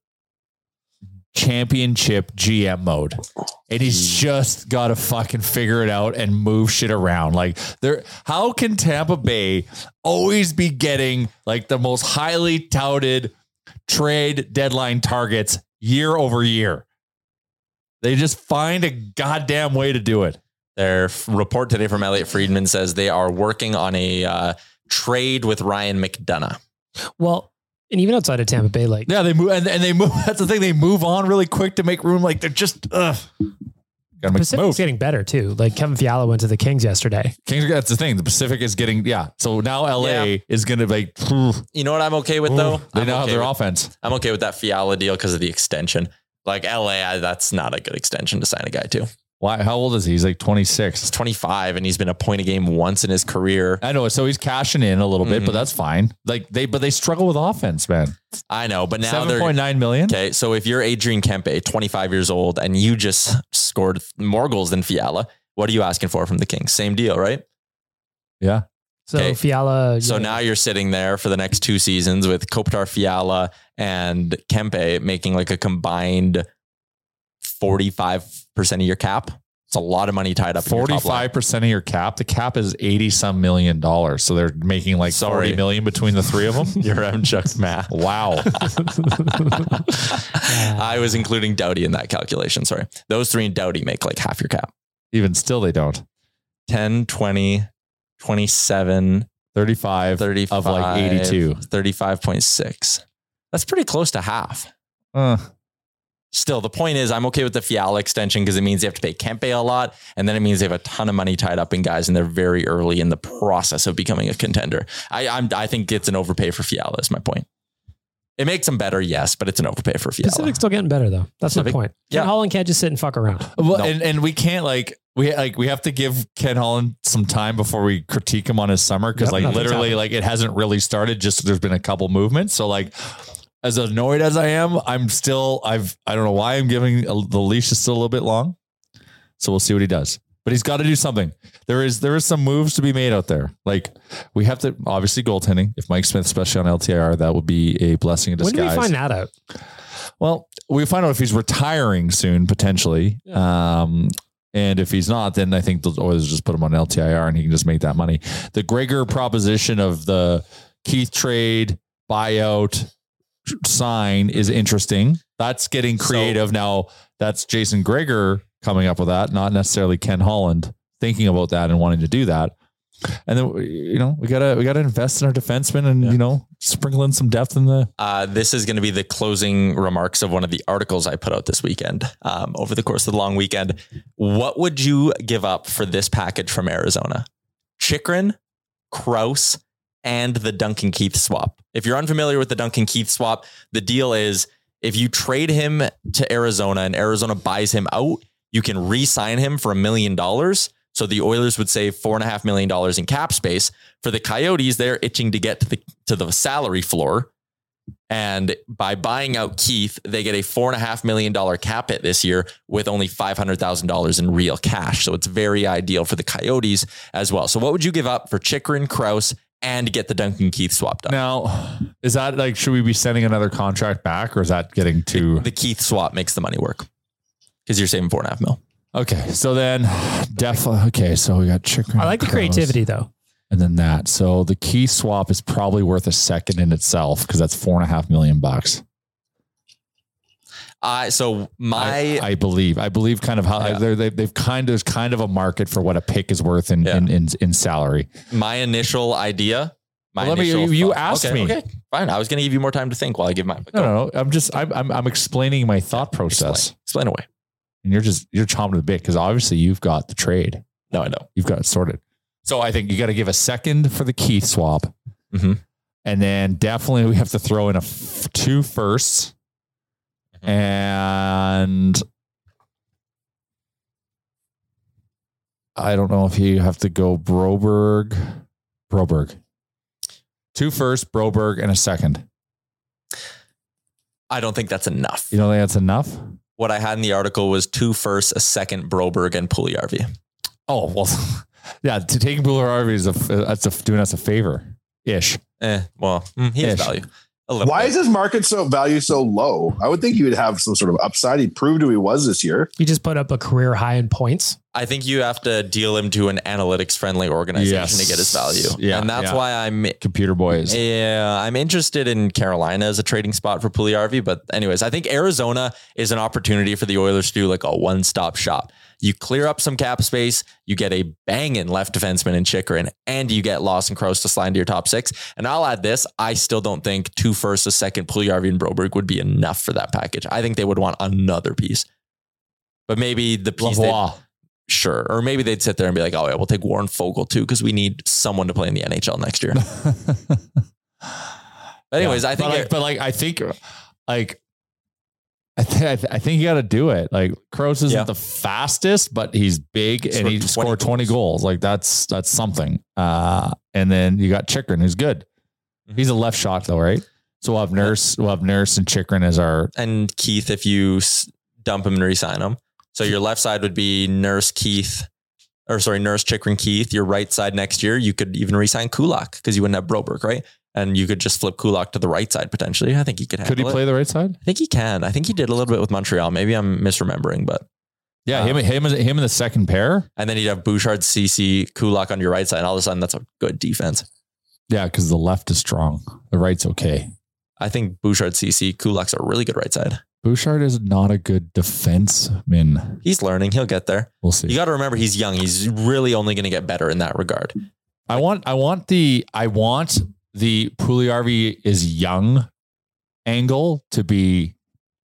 Speaker 6: championship GM mode. And he's just got to fucking figure it out and move shit around. Like there how can Tampa Bay always be getting like the most highly touted trade deadline targets year over year? They just find a goddamn way to do it.
Speaker 1: Their f- report today from Elliot Friedman says they are working on a uh, trade with Ryan McDonough.
Speaker 5: well, and even outside of Tampa Bay, like
Speaker 6: Yeah, they move and, and they move. *laughs* That's the thing. They move on really quick to make room. Like they're just ugh. Gotta make some
Speaker 5: Pacific's
Speaker 6: moves.
Speaker 5: getting better too. Like Kevin Fiala went to the Kings yesterday.
Speaker 6: Kings, are- that's the thing. The Pacific is getting yeah. So now LA
Speaker 1: Yeah.
Speaker 6: is gonna be like *sighs* phew,
Speaker 1: You know what I'm okay with though?
Speaker 6: they
Speaker 1: I'm
Speaker 6: now have
Speaker 1: okay
Speaker 6: their
Speaker 1: with,
Speaker 6: offense.
Speaker 1: I'm okay with that Fiala deal because of the extension. Like LA, I, that's not a good extension to sign a guy to.
Speaker 6: Why? How old is he? He's like twenty
Speaker 1: He's
Speaker 6: six.
Speaker 1: 25 and he's been a point a game once in his career.
Speaker 6: I know. So he's cashing in a little bit,
Speaker 1: Mm-hmm.
Speaker 6: but that's fine. Like they, but they struggle with offense, man.
Speaker 1: I know, but now
Speaker 6: Seven
Speaker 1: they're
Speaker 6: point nine million.
Speaker 1: okay. So if you're Adrian Kempe, 25 years old, and you just scored more goals than Fiala, what are you asking for from the Kings? Same deal, right?
Speaker 6: Yeah.
Speaker 5: So
Speaker 1: Okay.
Speaker 5: Fiala.
Speaker 1: So
Speaker 5: yeah.
Speaker 1: now you're sitting there for the next two seasons with Kopitar Fiala and Kempe making like a combined 45% of your cap. It's a lot of money tied up. in your
Speaker 6: Forty
Speaker 1: top line.
Speaker 6: five percent of your cap. The cap is eighty some million dollars. So they're making like
Speaker 1: Sorry.
Speaker 6: forty million between the three of them.
Speaker 1: *laughs* You're having Chuck's math. *laughs*
Speaker 6: wow.
Speaker 5: *laughs*
Speaker 1: I was including Doughty in that calculation. Sorry. Those three and Doughty make like half your cap
Speaker 6: Even still, they don't.
Speaker 1: 10, 20, 27,
Speaker 6: 35
Speaker 1: 35,
Speaker 6: of like 82.
Speaker 1: 35.6. That's pretty close to half.
Speaker 6: Uh,
Speaker 1: Still, the point is, I'm okay with the Fiala extension because it means they have to pay Kempe a lot. And then it means they have a ton of money tied up in guys, and they're very early in the process of becoming a contender. I, I'm, I think it's an overpay for Fiala, is my point. It makes them better, yes, but it's an overpay for Fiala.
Speaker 5: *laughs* Pacific's still getting better though. That's
Speaker 1: Pacific-
Speaker 5: my point.
Speaker 1: yeah.
Speaker 5: Ken Holland can't just sit and fuck around.
Speaker 6: Well, and, and we can't like we like we have to give Ken Holland some time before we critique him on his summer because
Speaker 5: Yep,
Speaker 6: like
Speaker 5: nothing's
Speaker 6: literally
Speaker 5: happened.
Speaker 6: like it hasn't really started. Just there's been a couple movements. So like as annoyed as I am, I'm still I've I don't know why I'm giving uh, the leash is still a little bit long. So we'll see what he does. But he's got to do something. There is there is some moves to be made out there. Like we have to obviously goaltending. If Mike Smith, especially on LTIR, that would be a blessing in
Speaker 5: When
Speaker 6: disguise.
Speaker 5: do we find that out?
Speaker 6: Well, we find out if he's retiring soon, potentially. Um, and if he's not, then I think the Oilers just put him on LTIR and he can just make that money. The Gregor proposition of the Keith trade buyout sign is interesting. That's getting creative. now, that's Jason Gregor coming up with that, not necessarily Ken Holland thinking about that and wanting to do that. And then you know we gotta we gotta invest in our defensemen and you know sprinkle in some depth in the
Speaker 1: Uh, this is going to be the closing remarks of one of the articles I put out this weekend um, over the course of the long weekend. What would you give up for this package from Arizona? Chikrin, Kraus, and the Duncan Keith swap. If you're unfamiliar with the Duncan Keith swap, the deal is if you trade him to Arizona and Arizona buys him out, you can re sign him for a million dollars. So the Oilers would save four and a half million dollars in cap space. For the Coyotes, they're itching to get to the to the salary floor. And by buying out Keith, they get a four and a half million dollar cap hit this year with only five hundred thousand dollars in real cash. So it's very ideal for the Coyotes as well. So what would you give up for Chikrin, Kraus, and get the Duncan Keith swap done?
Speaker 6: Now, is that like should we be sending another contract back, or is that getting too?
Speaker 1: The Keith swap makes the money work because you're saving four and a half mil.
Speaker 6: Okay, so then definitely. Okay, so we got chicken.
Speaker 5: I like the creativity though.
Speaker 6: and then that. So the key swap is probably worth a second in itself because that's four and a half million bucks.
Speaker 1: Uh, so my
Speaker 6: I, I believe. I believe kind of how they're, they, they've kind of there's kind of a market for what a pick is worth in in, in in salary.
Speaker 1: my initial idea. My
Speaker 6: Well, let me-
Speaker 1: initial
Speaker 6: you
Speaker 1: thought-
Speaker 6: asked
Speaker 1: okay,
Speaker 6: me.
Speaker 1: Okay, fine. I was going to give you more time to think while I give my
Speaker 6: No, no, no. I'm just I'm I'm, I'm explaining my thought process,
Speaker 1: explain away.
Speaker 6: and you're just you're chomping at the bit because obviously you've got the trade.
Speaker 1: No, I know.
Speaker 6: You've got it sorted. So I think you got to give a second for the Keith swap.
Speaker 1: Mhm.
Speaker 6: And then definitely we have to throw in a f- two firsts.
Speaker 1: Mm-hmm.
Speaker 6: And I don't know if you have to go Broberg. Broberg. Two firsts, Broberg, and a second.
Speaker 1: I don't think that's enough.
Speaker 6: You don't think that's enough?
Speaker 1: What I had in the article was two firsts, a second, Broberg and Puliarvi.
Speaker 6: Oh, well, *laughs* yeah, to taking Buller Harvey is a, f- uh, that's a, doing us a favor ish.
Speaker 1: Eh, well, mm, he has
Speaker 6: Ish.
Speaker 1: value. A little
Speaker 3: Why
Speaker 1: bit.
Speaker 3: is his market so value so low? I would think he would have some sort of upside. He proved who he was this year.
Speaker 5: He just put up a career high in points.
Speaker 1: I think you have to deal him to an analytics friendly organization
Speaker 6: Yes.
Speaker 1: to get his value.
Speaker 6: Yeah,
Speaker 1: and that's
Speaker 6: yeah.
Speaker 1: why I'm
Speaker 6: Computer boys.
Speaker 1: yeah, I'm interested in Carolina as a trading spot for Puliarvi, but anyways, I think Arizona is an opportunity for the Oilers to do like a one-stop shop. You clear up some cap space, you get a banging left defenseman in Chikrin, and you get Lawson Cross to slide into your top six. And I'll add this: I still don't think two firsts, a second, Puliarvi and Broberg would be enough for that package. I think they would want another piece, but maybe the piece they-
Speaker 6: Lavoie.
Speaker 1: sure. Or maybe they'd sit there and be like, oh, yeah, we'll take Warren Fogle too, because we need someone to play in the NHL next year.
Speaker 6: *laughs*
Speaker 1: But anyways,
Speaker 6: Yeah.
Speaker 1: I think
Speaker 6: but like, but like, I think, like, I, th- I, th- I think you got to do it. Like, Kroos isn't
Speaker 1: Yeah.
Speaker 6: the fastest, but he's big and
Speaker 1: Scored
Speaker 6: he
Speaker 1: 20
Speaker 6: scored twenty goals. Like, that's that's something. Uh, and then you got Chikrin, who's good.
Speaker 1: Mm-hmm.
Speaker 6: He's a left shot though, right? So we'll have Nurse, we'll have Nurse and Chikrin as our
Speaker 1: and Keith if you s- dump him and resign him. So your left side would be Nurse Keith, or sorry, Nurse Chikrin Keith. Your right side next year, you could even resign Kulak because you wouldn't have Broberg, right? And you could just flip Kulak to the right side potentially. I think he could.
Speaker 6: Could he
Speaker 1: handle it.
Speaker 6: play the right side?
Speaker 1: I think he can. I think he did a little bit with Montreal. Maybe I'm misremembering, but
Speaker 6: Yeah,
Speaker 1: Uh,
Speaker 6: him, him, him in the second pair.
Speaker 1: and then you'd have Bouchard, CC, Kulak on your right side, and all of a sudden that's a good defense.
Speaker 6: Yeah, because the left is strong, the right's okay.
Speaker 1: I think Bouchard, CC, Kulak's a really good right side.
Speaker 6: Bouchard is not a good defenseman.
Speaker 1: He's learning. He'll get there.
Speaker 6: We'll see.
Speaker 1: You got to remember he's young. He's really only going to get better in that regard.
Speaker 6: I want I want the I want the Puliarvi is young angle to be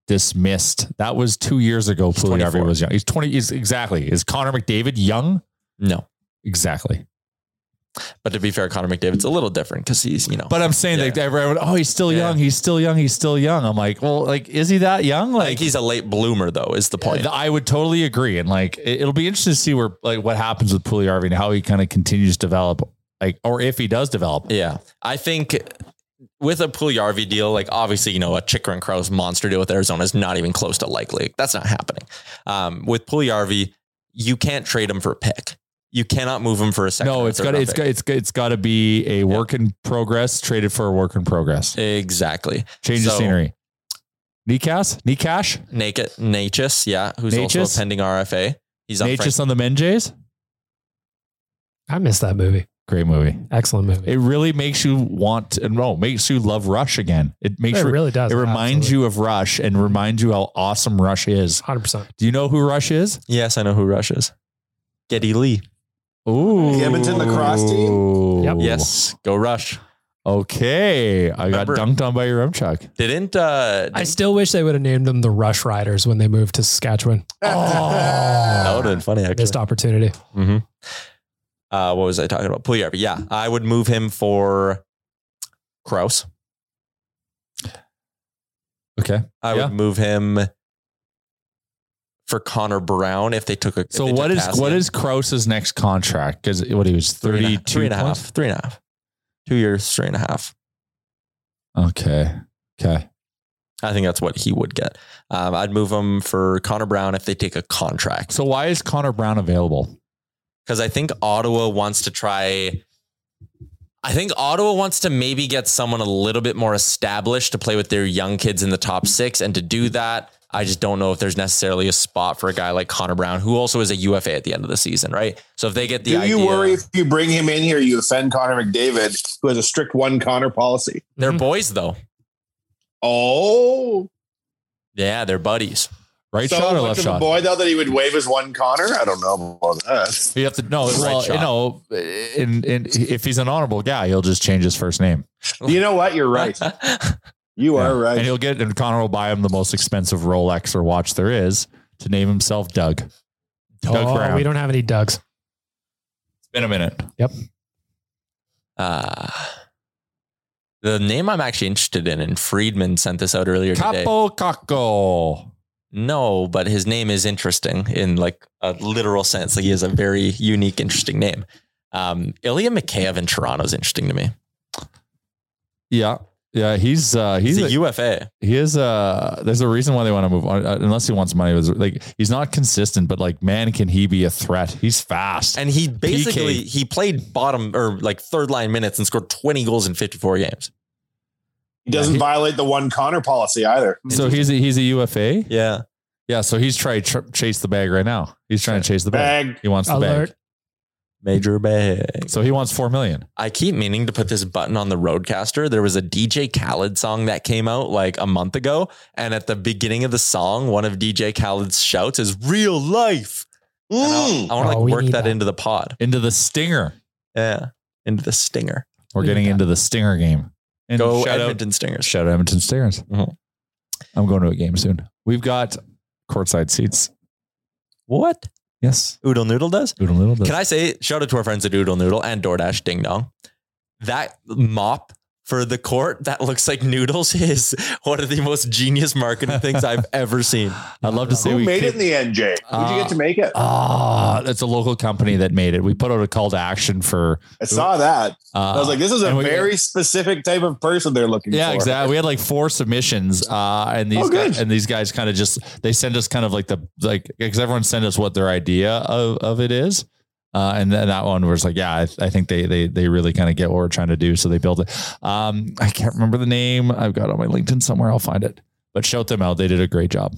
Speaker 6: dismissed. That was two years ago.
Speaker 1: He's
Speaker 6: Puliarvi
Speaker 1: 24.
Speaker 6: was young. He's twenty. Is exactly. Is Connor McDavid young?
Speaker 1: No.
Speaker 6: Exactly.
Speaker 1: But to be fair, Connor McDavid's a little different because he's, you know,
Speaker 6: But I'm saying like everyone, oh, he's still young. He's still young. He's still young. I'm like, well, like, is he that young?
Speaker 1: like
Speaker 6: Like,
Speaker 1: he's a late bloomer, though, is the point.
Speaker 6: I would totally agree. And like, it- it'll be interesting to see where, like, what happens with Puliarvi and how he kind of continues to develop, like, or if he does develop.
Speaker 1: Yeah. I think with a Puliarvi deal, like obviously, you know, a Chicker and Krause monster deal with Arizona is not even close to likely. That's not happening. Um, with Puliarvi, you can't trade him for a pick. You cannot move him for a second.
Speaker 6: No,
Speaker 1: or
Speaker 6: it's
Speaker 1: third
Speaker 6: got
Speaker 1: round
Speaker 6: it's
Speaker 1: pick.
Speaker 6: got it's got it's got to be a work in progress traded for a work in progress.
Speaker 1: Exactly.
Speaker 6: Change of
Speaker 1: So-
Speaker 6: scenery. Nikas, Nikash,
Speaker 1: Naked Natchez, yeah, who's also
Speaker 6: Natchez?
Speaker 1: a pending RFA. He's on
Speaker 6: Natchez
Speaker 1: Frank-
Speaker 6: on the Menjays.
Speaker 5: I miss that movie.
Speaker 6: Great movie.
Speaker 5: Excellent movie.
Speaker 6: It really makes you want and no, makes you love Rush again. It makes
Speaker 5: It
Speaker 6: you,
Speaker 5: really does,
Speaker 6: It reminds you of Rush and reminds you how awesome Rush is.
Speaker 5: 100%.
Speaker 6: Do you know who Rush is?
Speaker 1: Yes, I know who Rush is. Geddy Lee.
Speaker 6: Ooh,
Speaker 3: The Edmonton lacrosse
Speaker 6: team.
Speaker 5: Yep.
Speaker 1: Yes, go Rush.
Speaker 6: Okay, I got
Speaker 1: Remember-
Speaker 6: dunked on by your Chuck.
Speaker 1: Didn't uh
Speaker 5: I still wish they would have named them the Rush Riders when they moved to Saskatchewan.
Speaker 6: Oh.
Speaker 1: that would have been funny actually.
Speaker 5: Missed opportunity.
Speaker 1: hmm Uh, what was I talking about? Pugliarvi. Yeah, I would move him for Kraus.
Speaker 6: Okay,
Speaker 1: I
Speaker 6: Yeah.
Speaker 1: would move him for Connor Brown if they took a. if
Speaker 6: so
Speaker 1: they
Speaker 6: what
Speaker 1: took
Speaker 6: is what
Speaker 1: Cassian.
Speaker 6: is Kraus's next contract? Because what he was
Speaker 1: Three and a-
Speaker 6: thirty two
Speaker 1: three and a half,
Speaker 6: points?
Speaker 1: three and a half, two years, three and a half.
Speaker 6: Okay, okay,
Speaker 1: I think that's what he would get. Um, I'd move him for Connor Brown if they take a contract
Speaker 6: so why is Connor Brown available?
Speaker 1: because I think Ottawa wants to try. I think Ottawa wants to maybe get someone a little bit more established to play with their young kids in the top six. And to do that, I just don't know if there's necessarily a spot for a guy like Connor Brown, who also is a UFA at the end of the season, right? So if they get the
Speaker 3: Do
Speaker 1: idea,
Speaker 3: you worry if you bring him in here, you offend Connor McDavid, who has a strict one Connor policy?
Speaker 1: they're boys though.
Speaker 3: Oh,
Speaker 1: Yeah, they're buddies.
Speaker 6: Right
Speaker 3: so
Speaker 6: shot or
Speaker 3: much
Speaker 6: left
Speaker 3: of a
Speaker 6: shot?
Speaker 3: boy though that he would waive his one Connor. I don't know about
Speaker 6: *laughs*
Speaker 3: that.
Speaker 6: You have to no. well,
Speaker 1: shot.
Speaker 6: you know, and and if he's an honorable guy, he'll just change his first name.
Speaker 3: You know what? You're right. You
Speaker 6: Yeah.
Speaker 3: are right.
Speaker 6: And he'll get and Connor will buy him the most expensive Rolex or watch there is to name himself Doug. Doug
Speaker 5: oh,
Speaker 6: Brown.
Speaker 5: we don't have any Dougs.
Speaker 6: it's been a minute.
Speaker 1: *laughs* Uh, the name I'm actually interested in, and Friedman sent this out earlier today.
Speaker 6: Capo Caco.
Speaker 1: No, but his name is interesting in like a literal sense. Like he has a very unique, interesting name. Um, Ilya Mikheyev in Toronto is interesting to me.
Speaker 6: Yeah. Yeah, he's uh
Speaker 1: He's,
Speaker 6: he's,
Speaker 1: a,
Speaker 6: a,
Speaker 1: UFA.
Speaker 6: he is uh there's a reason why they want to move on uh, unless he wants money There's- like he's not consistent but like man can he be a threat he's fast
Speaker 1: And he basically he played bottom or like third line minutes and scored 20 goals in 54 games.
Speaker 3: He doesn't
Speaker 6: Yeah, he-
Speaker 3: violate the one Connor policy either.
Speaker 6: so he's a, he's a UFA yeah,
Speaker 1: Yeah.
Speaker 6: so he's trying to tr- chase the bag right now he's trying to chase the bag
Speaker 3: Bag.
Speaker 6: he wants the
Speaker 5: Alert.
Speaker 1: Major bag.
Speaker 6: bag so he wants 4 million
Speaker 1: I keep meaning to put this button on the roadcaster. There was a DJ Khaled song that came out like a month ago. And at the beginning of the song, one of DJ Khaled's shouts is real life. And I'll- I want to like
Speaker 5: Oh, we
Speaker 1: work
Speaker 5: need
Speaker 1: that
Speaker 5: that.
Speaker 1: into the pod.
Speaker 6: into the stinger
Speaker 1: Yeah. Into the stinger.
Speaker 6: we're
Speaker 5: Look at
Speaker 6: getting
Speaker 5: that.
Speaker 6: into the stinger game and
Speaker 1: Go
Speaker 6: shout out
Speaker 1: Edmonton Stingers.
Speaker 6: Shout out Edmonton Stairs.
Speaker 1: Mhm.
Speaker 6: I'm going to a game soon. We've got courtside seats.
Speaker 1: What?
Speaker 6: Yes.
Speaker 1: Oodle Noodle does?
Speaker 6: Doodle little does.
Speaker 1: Can I say shout out to our friends at Oodle Noodle and DoorDash Ding Dong? That mop for the court that looks like noodles *laughs* is one of the most genius marketing things
Speaker 6: *laughs*
Speaker 1: I've ever seen.
Speaker 6: I'd love to say
Speaker 3: Who
Speaker 6: we
Speaker 3: made
Speaker 6: keep-
Speaker 3: it in the end, Jay? Who'd you
Speaker 6: Uh,
Speaker 3: get to make it?
Speaker 6: Ah, that's a local company that made it. We put out a call to action for.
Speaker 3: I saw that.
Speaker 6: Uh,
Speaker 3: I was like, this is a
Speaker 6: and we-
Speaker 3: very specific type of person they're looking for.
Speaker 6: Yeah, exactly. We had like four submissions, uh, and these
Speaker 3: Oh, good.
Speaker 6: guys, and these guys kind of just they send us kind of like the like because everyone sent us what their idea of, of it is, uh, and then that one was like, yeah, I, I think they they they really kind of get what we're trying to do, so they build it. Um, I can't remember the name. I've got it on my LinkedIn somewhere. I'll find it. But shout them out. They did a great job.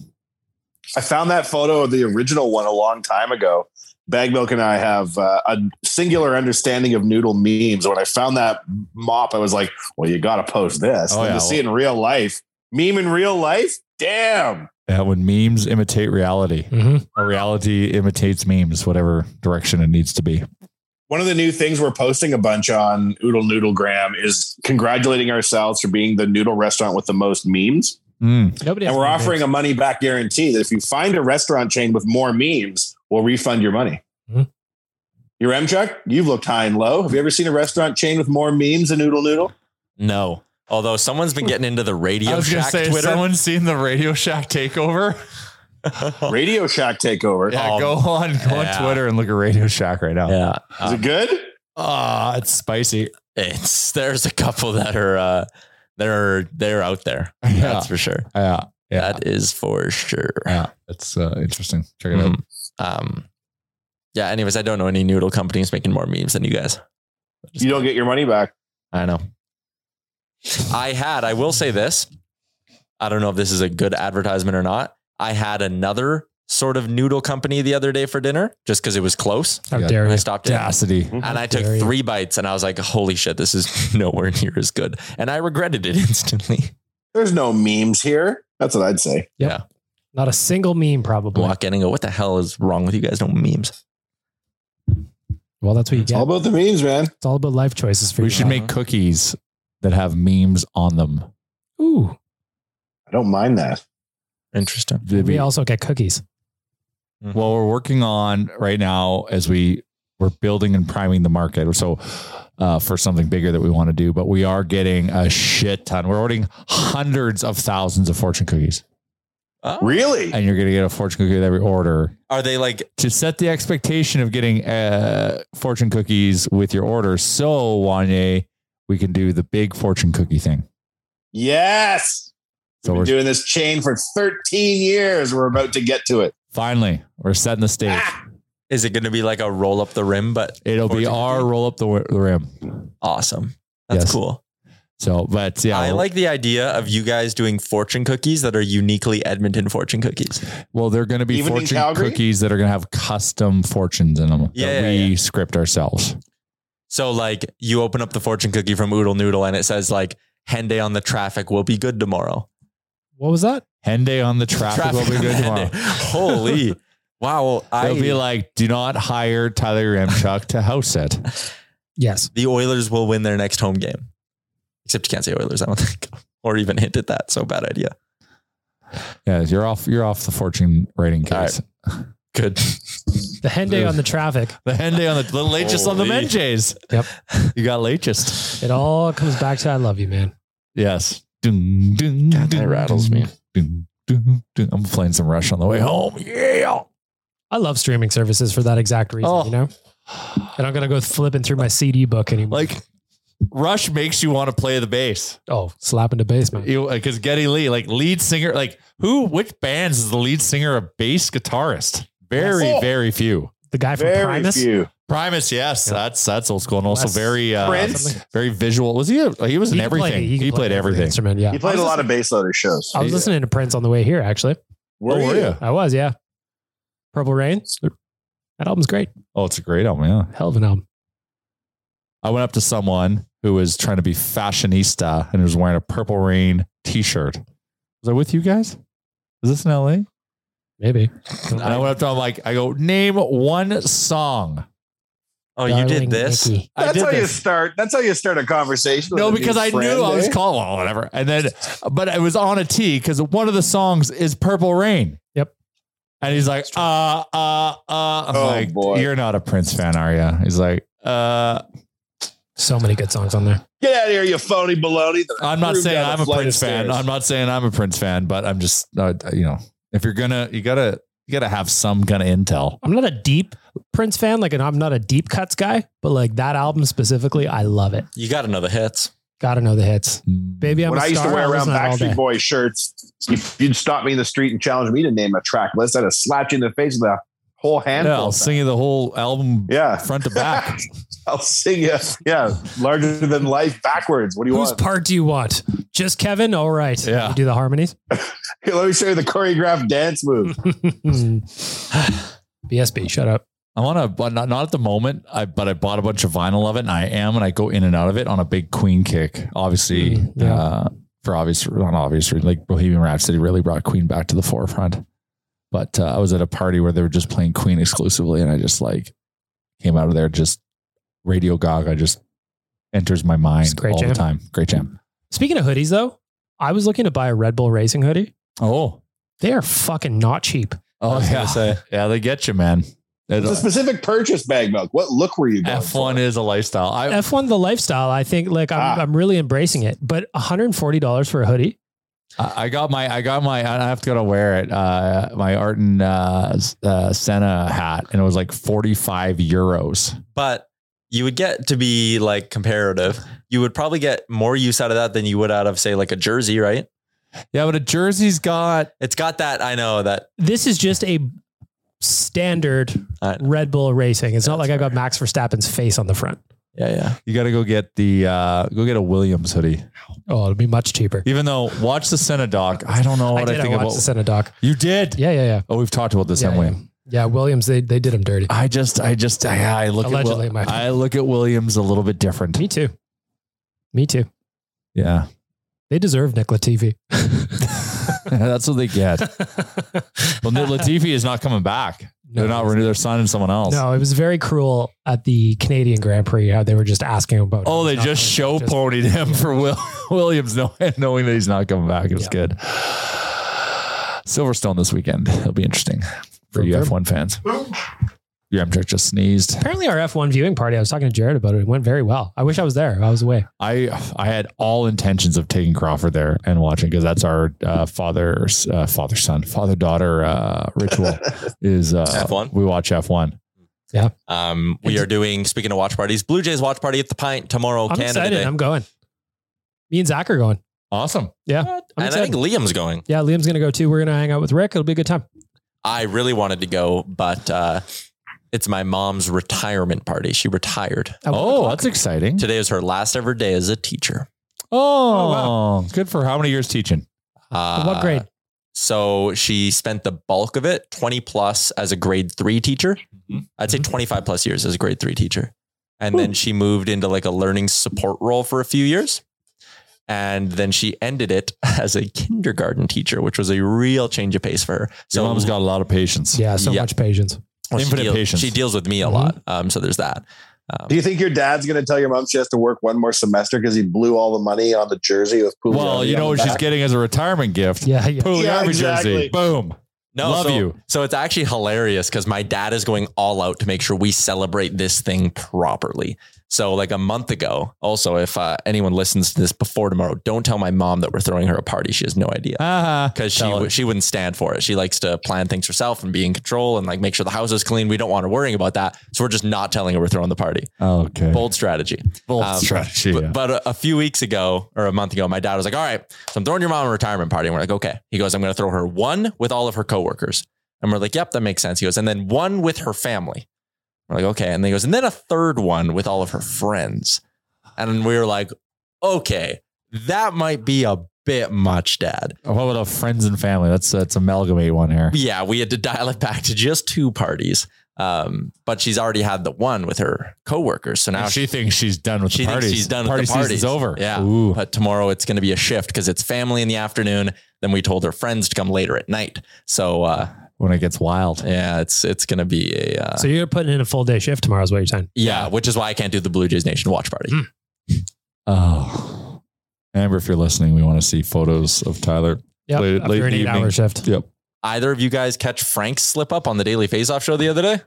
Speaker 3: I found that photo of the original one a long time ago. Bag Milk and I have uh, a singular understanding of noodle memes. When I found that mop, I was like, well, you got to post this.
Speaker 6: Oh,
Speaker 3: and
Speaker 6: yeah,
Speaker 3: to see it in real life, meme in real life, damn.
Speaker 6: Yeah, when memes imitate reality,
Speaker 5: hmm
Speaker 6: or reality imitates memes, whatever direction it needs to be.
Speaker 3: One of the new things we're posting a bunch on Oodle Noodlegram is congratulating ourselves for being the noodle restaurant with the most memes.
Speaker 6: Mm.
Speaker 5: Nobody
Speaker 3: And
Speaker 5: has
Speaker 3: we're
Speaker 5: any
Speaker 3: offering a
Speaker 5: Dougs.
Speaker 3: money back guarantee that if you find a restaurant chain with more memes, we'll refund your money.
Speaker 5: Mhm.
Speaker 3: You Your M Chuck, you've looked high and low. Have you ever seen a restaurant chain with more memes than Noodle Noodle?
Speaker 1: No. Although someone's been getting into the Radio
Speaker 6: I was gonna
Speaker 1: Shack
Speaker 6: say,
Speaker 1: Twitter.
Speaker 6: someone seen the Radio Shack takeover?
Speaker 3: Radio Shack takeover.
Speaker 6: Yeah,
Speaker 3: Oh,
Speaker 6: go on, go
Speaker 1: Oh. yeah.
Speaker 6: on Twitter and look at Radio Shack right now.
Speaker 1: *laughs*
Speaker 6: *laughs*
Speaker 1: Yeah.
Speaker 3: Is it good?
Speaker 6: Ah, it's spicy.
Speaker 1: It's there's a couple that are uh they're they're out there.
Speaker 6: Yeah.
Speaker 1: That's for sure.
Speaker 6: Yeah, yeah,
Speaker 1: That is for sure.
Speaker 6: yeah. It's uh, interesting. Check it out.
Speaker 1: Mm. Um yeah, anyways, I don't know any noodle companies making more memes than you guys.
Speaker 3: You don't get your money back.
Speaker 1: I know. I had, I will say this. I don't know if this is a good advertisement or not. I had another sort of noodle company the other day for dinner just because it was close.
Speaker 5: How
Speaker 6: Yeah.
Speaker 5: dare
Speaker 1: And I
Speaker 5: you?
Speaker 1: stopped it.
Speaker 6: Audacity.
Speaker 1: And I took
Speaker 5: Dare you.
Speaker 1: three bites and I was like, holy shit, this is *laughs* nowhere near as good. And I regretted it *laughs* instantly.
Speaker 3: There's no memes here. That's what I'd say.
Speaker 5: Not a single meme, probably.
Speaker 1: Walk in and go, what the hell is wrong with you guys? No memes.
Speaker 5: Well, that's what you
Speaker 3: It's
Speaker 5: get.
Speaker 3: all about the memes, man.
Speaker 5: It's all about life choices for you.
Speaker 6: We should make cookies that have memes on them.
Speaker 5: Ooh,
Speaker 3: I don't mind that.
Speaker 1: Interesting.
Speaker 6: They'd
Speaker 5: we
Speaker 6: be-
Speaker 5: also get cookies.
Speaker 6: Well, we're working on right now as we we're building and priming the market. So uh, for something bigger that we want to do, but we are getting a shit ton. We're ordering hundreds of thousands of fortune cookies,
Speaker 1: Oh.
Speaker 3: Really?
Speaker 6: and you're going to get a fortune cookie with every order.
Speaker 1: Are they like,
Speaker 6: To set the expectation of getting uh, fortune cookies with your order, so Wanye, we can do the big fortune cookie thing.
Speaker 3: Yes.
Speaker 6: So
Speaker 3: Been
Speaker 6: we're
Speaker 3: doing this chain for 13 years. We're about to get to it.
Speaker 6: finally we're setting the stage.
Speaker 1: is it going to be like a roll up the rim, but
Speaker 6: It'll be
Speaker 1: Ah! Fortune
Speaker 6: our
Speaker 1: cookie.
Speaker 6: roll up the, wi- the rim.
Speaker 1: awesome. That's
Speaker 6: Yes.
Speaker 1: cool.
Speaker 6: So, but yeah,
Speaker 1: I
Speaker 6: we'll-
Speaker 1: like the idea of you guys doing fortune cookies that are uniquely Edmonton fortune cookies.
Speaker 6: Well, they're going to be
Speaker 3: Even in
Speaker 6: fortune
Speaker 3: Calgary?
Speaker 6: cookies that are going to have custom fortunes in them
Speaker 1: Yeah,
Speaker 6: that
Speaker 1: yeah,
Speaker 6: we
Speaker 1: yeah.
Speaker 6: script ourselves.
Speaker 1: So like you open up the fortune cookie from Oodle Noodle and it says like Henday on the traffic will be good tomorrow.
Speaker 5: What was that?
Speaker 6: Henday on the traffic, will be
Speaker 1: on
Speaker 6: good
Speaker 1: the *laughs*
Speaker 6: tomorrow.
Speaker 1: Henday.
Speaker 6: *laughs*
Speaker 1: Holy wow! I
Speaker 6: They'll be like, do not hire Tyler Ramchuk to house it.
Speaker 5: Yes.
Speaker 1: the Oilers will win their next home game. Except you can't say Oilers, I don't think, *laughs* or even hint at that. So bad idea.
Speaker 6: Yeah, you're off. You're off the fortune rating
Speaker 1: All right.
Speaker 6: case.
Speaker 1: Good.
Speaker 5: The Henday on the traffic.
Speaker 6: *laughs* The Henday on the, the latest on the
Speaker 1: Holy.
Speaker 6: menjays.
Speaker 5: Yep.
Speaker 6: You got latest.
Speaker 5: It all comes back to I love you, man.
Speaker 6: Yes. Dun, dun,
Speaker 1: God, that rattles me.
Speaker 6: dun, dun, dun. I'm playing some Rush on the way home. Yeah.
Speaker 5: I love streaming services for that exact reason,
Speaker 6: Oh.
Speaker 5: you know? And I'm going to go flipping through my CD book anymore.
Speaker 6: Like Rush makes you want to play the bass.
Speaker 5: oh, slap into basement.
Speaker 6: because Getty Lee, like lead singer, like who, which bands is the lead singer a bass guitarist? Very,
Speaker 3: Yes.
Speaker 6: very few.
Speaker 5: The guy from
Speaker 3: Very
Speaker 5: Primus.
Speaker 3: few.
Speaker 6: Primus, yes,
Speaker 5: Yeah.
Speaker 6: that's that's old school, and also
Speaker 5: Less
Speaker 6: very, uh,
Speaker 3: Prince.
Speaker 5: something.
Speaker 6: very visual. Was he? A, he was in
Speaker 5: could play-
Speaker 6: everything.
Speaker 5: could
Speaker 6: he
Speaker 5: play
Speaker 6: played
Speaker 5: every
Speaker 6: everything.
Speaker 5: Instrument, yeah.
Speaker 3: He played a lot of baseloader shows.
Speaker 5: I was
Speaker 6: Yeah.
Speaker 5: listening to Prince on the way here, actually.
Speaker 3: Were
Speaker 6: Oh, were
Speaker 3: you?
Speaker 6: you?
Speaker 5: I was, yeah. Purple Rain. That album's great.
Speaker 6: Oh, it's a great album. Yeah,
Speaker 5: Hell of an album.
Speaker 6: I went up to someone who was trying to be fashionista and was wearing a Purple Rain T-shirt. Was I with you guys? Is this in LA?
Speaker 5: Maybe.
Speaker 6: And I went up to him like, I go, name one song.
Speaker 1: Oh, you did this.
Speaker 5: Nikki.
Speaker 6: I
Speaker 3: That's
Speaker 6: did
Speaker 3: how you
Speaker 6: this.
Speaker 3: start. That's how you start a conversation.
Speaker 6: No,
Speaker 3: with a
Speaker 6: because
Speaker 3: new
Speaker 6: I
Speaker 3: friend,
Speaker 6: knew I was
Speaker 3: eh?
Speaker 6: calling well, whatever. And then, but it was on a T because one of the songs is Purple Rain.
Speaker 5: Yep.
Speaker 6: And he's like, uh, uh, uh. I'm
Speaker 3: Oh,
Speaker 6: like,
Speaker 3: boy.
Speaker 6: You're not a Prince fan, are you? He's like, uh,
Speaker 5: So many good songs on there.
Speaker 3: Get out of here, you phony baloney.
Speaker 6: I'm not
Speaker 3: Threw
Speaker 6: saying
Speaker 3: down
Speaker 6: I'm a
Speaker 3: flight of
Speaker 6: Prince fan.
Speaker 3: stairs.
Speaker 6: I'm not saying I'm a Prince fan, but I'm just, uh, you know, if you're gonna, you gotta, you gotta have some kind of intel.
Speaker 5: I'm not a deep Prince fan, like, and I'm not a deep cuts guy, but like that album specifically, I love it.
Speaker 1: You got to know the hits.
Speaker 5: Gotta know the hits. Baby, I'm
Speaker 3: when
Speaker 5: a
Speaker 3: I used to
Speaker 5: star.
Speaker 3: wear around
Speaker 5: listen to that all day.
Speaker 3: Backstreet Boy shirts, if you'd stop me in the street and challenge me to name a track list, I'd have slapped you in the face with a whole
Speaker 6: Yeah,
Speaker 3: handful.
Speaker 6: I'll
Speaker 3: of
Speaker 6: sing you the whole album,
Speaker 3: Yeah.
Speaker 6: front
Speaker 3: *laughs*
Speaker 6: to back.
Speaker 3: that. I'll sing you. Yeah, larger than life backwards. What do you
Speaker 5: Whose
Speaker 3: want?
Speaker 5: part do you want? Just Kevin? All right.
Speaker 6: Yeah.
Speaker 5: You do the *laughs* harmonies? *sighs*
Speaker 3: Here, let me show you the choreographed dance move.
Speaker 5: BSB, shut up.
Speaker 6: I want to, but not, not at the moment. I but I bought a bunch of vinyl of it, and I am, and I go in and out of it on a big Queen kick. Obviously,
Speaker 5: Mm, yeah.
Speaker 6: uh, for obvious, not obvious, reason, like Bohemian Rhapsody really brought Queen back to the forefront. But uh, I was at a party where they were just playing Queen exclusively, and I just like came out of there just Radio Gaga just enters my
Speaker 5: It's
Speaker 6: mind
Speaker 5: a great
Speaker 6: all
Speaker 5: jam.
Speaker 6: the time. Great jam.
Speaker 5: Speaking of hoodies, though, I was looking to buy a Red Bull Racing hoodie.
Speaker 6: Oh,
Speaker 5: They are fucking not cheap.
Speaker 6: oh
Speaker 1: was gonna
Speaker 6: *laughs* yeah,
Speaker 1: say.
Speaker 6: yeah, they get you, man. uh,
Speaker 3: It's a specific purchase bag milk. What look were you going
Speaker 6: F one is a lifestyle. I,
Speaker 5: F1 the lifestyle. I think like I'm,
Speaker 3: Ah.
Speaker 5: I'm really embracing it, but $140 for a hoodie.
Speaker 6: I I got my, I got my, I have to go to wear it. Uh, my Arton uh, uh, Senna hat, and it was like forty five euros.
Speaker 1: but you would get to be like comparative. You would probably get more use out of that than you would out of say like a jersey, right?
Speaker 6: Yeah, but a jersey's got
Speaker 1: it's got that. I know that.
Speaker 5: This is just a standard
Speaker 1: Uh,
Speaker 5: Red Bull racing. It's not like I got Max Verstappen's face on the front.
Speaker 1: Yeah, yeah.
Speaker 6: You got to go get the uh, go get a Williams hoodie.
Speaker 5: Oh, it'll be much cheaper.
Speaker 6: Even though watch the Senna doc. I don't know
Speaker 5: I
Speaker 6: what I,
Speaker 5: did. I,
Speaker 6: think
Speaker 5: watched
Speaker 6: about.
Speaker 5: the Senna doc.
Speaker 6: you did.
Speaker 5: Yeah, yeah, yeah.
Speaker 6: Oh, we've talked about this,
Speaker 5: Yeah,
Speaker 6: haven't we?
Speaker 5: Yeah, Williams, they, they did him dirty.
Speaker 6: I just, I just, I, I look
Speaker 5: Allegedly,
Speaker 6: at
Speaker 5: my-
Speaker 6: Will, I look at Williams a little bit different.
Speaker 5: Me too. Me too.
Speaker 6: Yeah, *laughs*
Speaker 5: They deserve Nick *laughs* Latifi.
Speaker 6: that's what they get. well, Nick Latifi is not coming back. They're not renewed. They're signing someone else.
Speaker 5: No, it was very cruel at the Canadian Grand Prix how they were just asking him about.
Speaker 6: Oh, they
Speaker 5: Not
Speaker 6: just
Speaker 5: really,
Speaker 6: show
Speaker 5: just-
Speaker 6: ponied him for Will *laughs* Williams, knowing, knowing that he's not coming back. It was good. Silverstone this weekend. It'll be interesting for you
Speaker 5: Verb,
Speaker 6: F1 fans. Your Amtrak just sneezed.
Speaker 5: Apparently, our F1 viewing party. I was talking to Jared about it. It went very well. I wish I was there. I was away.
Speaker 6: I I had all intentions of taking Crawford there and watching because that's our uh, father uh, father son father daughter uh,
Speaker 5: *laughs*
Speaker 6: ritual is uh,
Speaker 1: F1?
Speaker 6: We watch F one.
Speaker 1: Um, we are doing speaking of watch parties, Blue Jays watch party at the Pint tomorrow,
Speaker 5: I'm
Speaker 1: Canada
Speaker 5: excited.
Speaker 1: Day,
Speaker 5: I'm going. Me and Zach are going.
Speaker 6: Awesome.
Speaker 5: Yeah, I'm
Speaker 1: and I
Speaker 5: excited.
Speaker 1: think Liam's going.
Speaker 5: yeah, Liam's gonna go too. We're gonna hang out with Rick. It'll be a good time.
Speaker 1: I really wanted to go, but uh, it's my mom's retirement party. She retired.
Speaker 5: At one
Speaker 6: Oh,
Speaker 5: o'clock.
Speaker 6: that's exciting.
Speaker 1: Today is her last ever day as a teacher.
Speaker 6: Oh, good for how many years teaching?
Speaker 1: Uh,
Speaker 5: what grade?
Speaker 1: So she spent the bulk of it, 20 plus as a grade three teacher. I'd
Speaker 6: Mm-hmm.
Speaker 1: say 25 plus years as a grade three teacher. And then she moved into like a learning support role for a few years. And then she ended it *laughs* as a kindergarten teacher, which was a real change of pace for her.
Speaker 6: So
Speaker 1: So
Speaker 6: mom's got a lot of patience.
Speaker 5: Yeah, so
Speaker 1: Yeah.
Speaker 5: much patience.
Speaker 1: well, she,
Speaker 6: infinite
Speaker 1: deal-
Speaker 6: patience. Mm-hmm.
Speaker 1: she deals with me a lot. Um, so there's that. Um,
Speaker 3: Do you think your dad's going to tell your mom she has to work one more semester because he blew all the money on the jersey with Pugliarvi?
Speaker 6: Well, you
Speaker 3: on
Speaker 6: know
Speaker 3: the
Speaker 6: what she's
Speaker 3: back?
Speaker 6: getting as a retirement gift.
Speaker 5: Yeah, yeah.
Speaker 6: Pugliarvi
Speaker 3: Yeah,
Speaker 6: jersey.
Speaker 3: exactly.
Speaker 6: Boom.
Speaker 1: No,
Speaker 6: Love
Speaker 1: so,
Speaker 6: you.
Speaker 1: So it's actually hilarious because my dad is going all out to make sure we celebrate this thing properly. So like a month ago, also if uh, anyone listens to this before tomorrow, don't tell my mom that we're throwing her a party. She has no
Speaker 6: *laughs*
Speaker 1: idea
Speaker 6: Uh-huh.
Speaker 1: because she
Speaker 6: Tell her.
Speaker 1: w- she wouldn't stand for it. She likes to plan things herself and be in control and like make sure the house is clean. We don't want her worrying about that, so we're just not telling her we're throwing the party.
Speaker 6: Okay.
Speaker 1: Bold strategy.
Speaker 6: Bold
Speaker 1: Um,
Speaker 6: strategy.
Speaker 1: But,
Speaker 6: yeah.
Speaker 1: but a, a few weeks ago or a month ago, my dad was like, "All right, so I'm throwing your mom a retirement party." And we're like, "Okay." He goes, "I'm going to throw her one with all of her coworkers," and we're like, "Yep, that makes sense." He goes, "And then one with her family." We're like, "Okay," and then he goes, "And then a third one with all of her friends," and we were like, "Okay, that might be a bit much, Dad."
Speaker 6: What about a friends and family? That's that's amalgamate one here.
Speaker 1: Yeah, we had to dial it back to just two parties. Um, but she's already had the one with her coworkers, so now
Speaker 6: And she thinks she's done with
Speaker 1: she
Speaker 6: the parties.
Speaker 1: thinks she's done
Speaker 6: party
Speaker 1: with the parties.
Speaker 6: season's over.
Speaker 1: Yeah.
Speaker 6: Ooh.
Speaker 1: But tomorrow it's going to be a shift because it's family in the afternoon. Then we told her friends to come later at night. So uh,
Speaker 6: When it gets wild.
Speaker 1: yeah, it's it's going to be a uh,
Speaker 5: So you're putting in a full day shift tomorrow, is what you're saying?
Speaker 1: yeah, which is why I can't do the Blue Jays Nation watch party.
Speaker 6: Hmm. Oh. Amber, if you're listening, we want to see photos of Tyler.
Speaker 5: Yeah,
Speaker 6: Late-
Speaker 5: after
Speaker 6: late
Speaker 5: an
Speaker 6: evening.
Speaker 5: eight-hour shift.
Speaker 6: Yep.
Speaker 1: Either of you guys catch Frank's slip up on the Daily Face Off show the other day?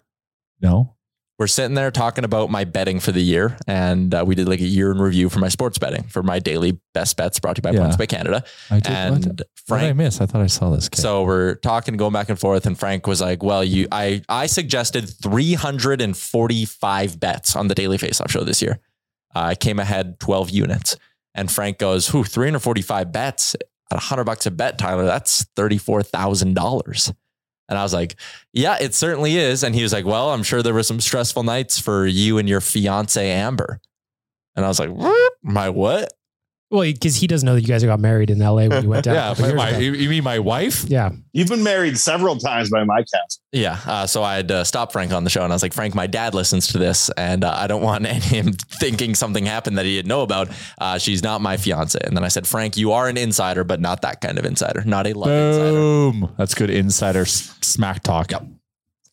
Speaker 6: No.
Speaker 1: We're sitting there talking about my betting for the year, and uh, we did like a year in review for my sports betting for my daily best bets brought to you by
Speaker 6: Yeah.
Speaker 1: Points by Canada.
Speaker 6: I did. what?
Speaker 1: And
Speaker 6: what did I
Speaker 1: Frank
Speaker 6: miss? I thought I saw this. Kid.
Speaker 1: So we're talking, going back and forth, and Frank was like, "Well, you, I, I suggested 345 bets on the Daily Faceoff show this year. Uh, I came ahead 12 units." And Frank goes, "Who 345 bets at 100 bucks a bet, Tyler? That's thirty-four thousand dollars." And I was like, "Yeah, it certainly is." And he was like, "Well, I'm sure there were some stressful nights for you and your fiance Amber." And I was like, "What? "My what?"
Speaker 5: Well, because he doesn't know that you guys got married in L.A. when you went down.
Speaker 6: yeah,
Speaker 5: a couple
Speaker 6: my, my,
Speaker 5: years ago.
Speaker 6: you you mean my wife?
Speaker 5: yeah.
Speaker 3: You've been married several times by my count.
Speaker 1: Yeah. Uh, so I had uh, stopped Frank on the show and I was like, Frank, my dad listens to this and uh, I don't want *laughs* him thinking something happened that he didn't know about. Uh, she's not my fiance. And then I said, Frank, you are an insider, but not that kind of insider, not a love insider.
Speaker 6: Boom. That's good insider s- smack talk.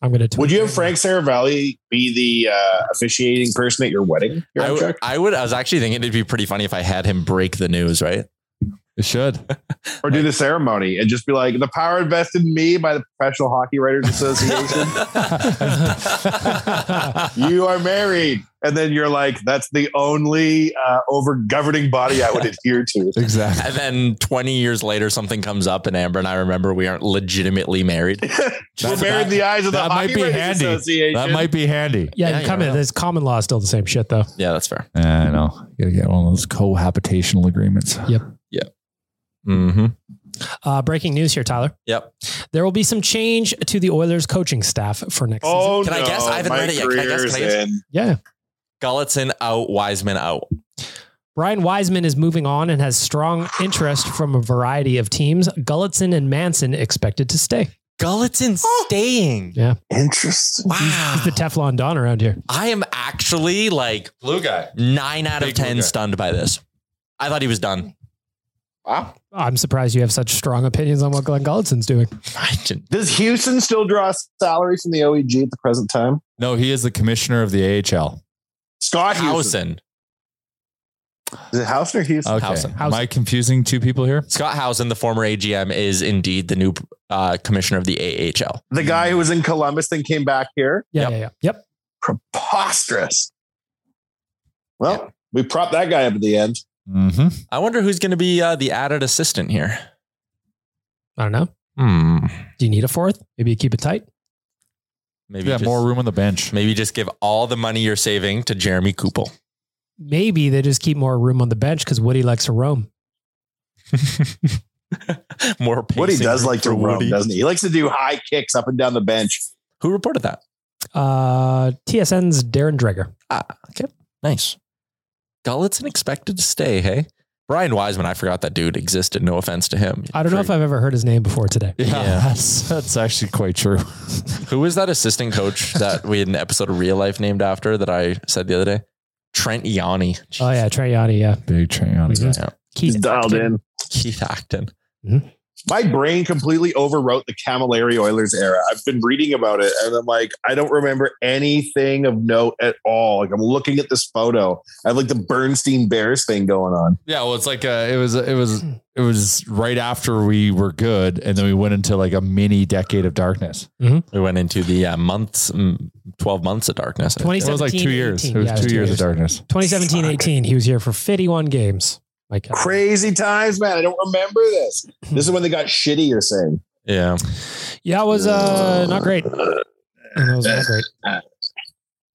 Speaker 5: I'm gonna. tweet
Speaker 3: Would you
Speaker 5: it
Speaker 3: have
Speaker 6: Mm-hmm.
Speaker 5: right
Speaker 3: Frank Saravalli be the uh, officiating person at your wedding? Your
Speaker 1: I, w-
Speaker 3: Amtrak?
Speaker 1: I would, I was actually thinking it'd be pretty funny if I had him break the news, right? *laughs*
Speaker 6: It should.
Speaker 3: Or do the ceremony and just be like, the power invested in me by the Professional Hockey Writers
Speaker 6: *laughs*
Speaker 3: Association. you are married. And then you're like, that's the only uh, over governing body I would adhere
Speaker 6: *laughs*
Speaker 3: to.
Speaker 6: Exactly.
Speaker 1: And then 20 years later, something comes up, and Amber and I remember we aren't legitimately married.
Speaker 3: We're married in the eyes of the
Speaker 6: That
Speaker 3: Hockey
Speaker 6: might be
Speaker 3: Writers
Speaker 6: handy.
Speaker 3: Association.
Speaker 6: That might be handy.
Speaker 5: Yeah,
Speaker 1: Yeah,
Speaker 5: you
Speaker 1: you're
Speaker 5: come in.
Speaker 1: right.
Speaker 5: There's common law is still the same shit though.
Speaker 1: yeah, that's fair.
Speaker 6: Yeah, I know. You gotta get one of those cohabitational agreements.
Speaker 5: Yep.
Speaker 1: Mm-hmm.
Speaker 5: Uh, breaking news here, Tyler.
Speaker 1: Yep.
Speaker 5: There will be some change to the Oilers coaching staff for next season.
Speaker 3: Oh,
Speaker 1: Can I
Speaker 3: no,
Speaker 1: guess? I haven't
Speaker 3: my
Speaker 1: read it yet. Can I guess? Can I
Speaker 3: career's
Speaker 1: guess?
Speaker 3: in.
Speaker 5: Yeah.
Speaker 1: Gullitson out, Wiseman out.
Speaker 5: Brian Wiseman is moving on and has strong interest from a variety of teams. Gullitson and Manson expected to stay.
Speaker 1: Gullitson staying.
Speaker 3: Interesting.
Speaker 1: Wow.
Speaker 3: Ah.
Speaker 5: He's the Teflon Don around here.
Speaker 1: *laughs* I am actually like
Speaker 6: Blue guy.
Speaker 1: nine out of
Speaker 6: Big
Speaker 1: 10
Speaker 6: Luka.
Speaker 1: stunned by this. I thought he was done.
Speaker 3: Wow.
Speaker 5: I'm surprised you have such strong opinions on what Glenn Gullitson's doing.
Speaker 1: I didn't-
Speaker 3: Does Houston still draw salary from the OEG at the present time?
Speaker 6: No, he is the commissioner of the AHL.
Speaker 3: Scott
Speaker 1: Housen.
Speaker 3: Houston. Is it Houston or Houston?
Speaker 6: Okay.
Speaker 1: Housen.
Speaker 6: Am I confusing two people here?
Speaker 1: Scott Housen, the former AGM, is indeed the new uh, commissioner of the AHL.
Speaker 3: the guy who was in Columbus then came back here.
Speaker 5: Yeah,
Speaker 1: Yep.
Speaker 5: yeah, yeah. Yep.
Speaker 3: Preposterous. Well, we propped that guy up at the end.
Speaker 6: Mm-hmm.
Speaker 1: I wonder who's going to be uh, the added assistant here.
Speaker 5: I don't know.
Speaker 1: Hmm.
Speaker 5: Do you need a fourth? Maybe you keep it tight.
Speaker 1: Maybe
Speaker 6: *laughs* Yeah,
Speaker 1: just,
Speaker 6: more room on the bench.
Speaker 1: Maybe just give all the money you're saving to Jeremy Kupel. *laughs*
Speaker 5: Maybe they just keep more room on the bench because Woody likes to roam.
Speaker 1: more. Pacing
Speaker 3: Woody does like to
Speaker 1: for
Speaker 3: roam,
Speaker 1: Woody.
Speaker 3: doesn't he? He likes to do high kicks up and down the bench.
Speaker 1: Who reported that?
Speaker 5: Uh, TSN's Darren Dreger.
Speaker 1: Ah, Nice. Gullitson expected to stay. Hey, Brian Wiseman. I forgot that dude existed. No offense to him.
Speaker 5: I don't know if I've ever heard his name before today.
Speaker 6: Yeah,
Speaker 1: Yeah.
Speaker 6: That's, that's actually quite true.
Speaker 1: Who was that assistant
Speaker 5: *laughs*
Speaker 1: coach that we had an episode of Real Life named after that I said the other day? Trent Yanni.
Speaker 5: Oh yeah, Traiani. Yeah,
Speaker 6: *laughs* Big train on
Speaker 5: Mhm.
Speaker 6: it.
Speaker 5: Keith Acton.
Speaker 1: Keith Acton.
Speaker 3: My brain completely overwrote the Camilleri Oilers era. I've been reading about it and I'm like, I don't remember anything of note at all. Like I'm looking at this photo. I have like the Bernstein Bears thing going on.
Speaker 6: Yeah, well, it's like uh, it was it was it was right after we were good, and then we went into like a mini decade of darkness.
Speaker 1: We went into the uh, months, mm, twelve months of darkness. I think.
Speaker 6: It was like
Speaker 5: 2017,
Speaker 6: two years.
Speaker 5: 18.
Speaker 6: It was
Speaker 5: Yeah,
Speaker 6: two, years, of darkness.
Speaker 5: 2017 18, he was here for 51 games. Mike Kelly.
Speaker 3: Crazy times, man. I don't remember this. This is when they got shitty, you're saying.
Speaker 1: Yeah.
Speaker 5: Yeah, it was uh, not great. That was not great.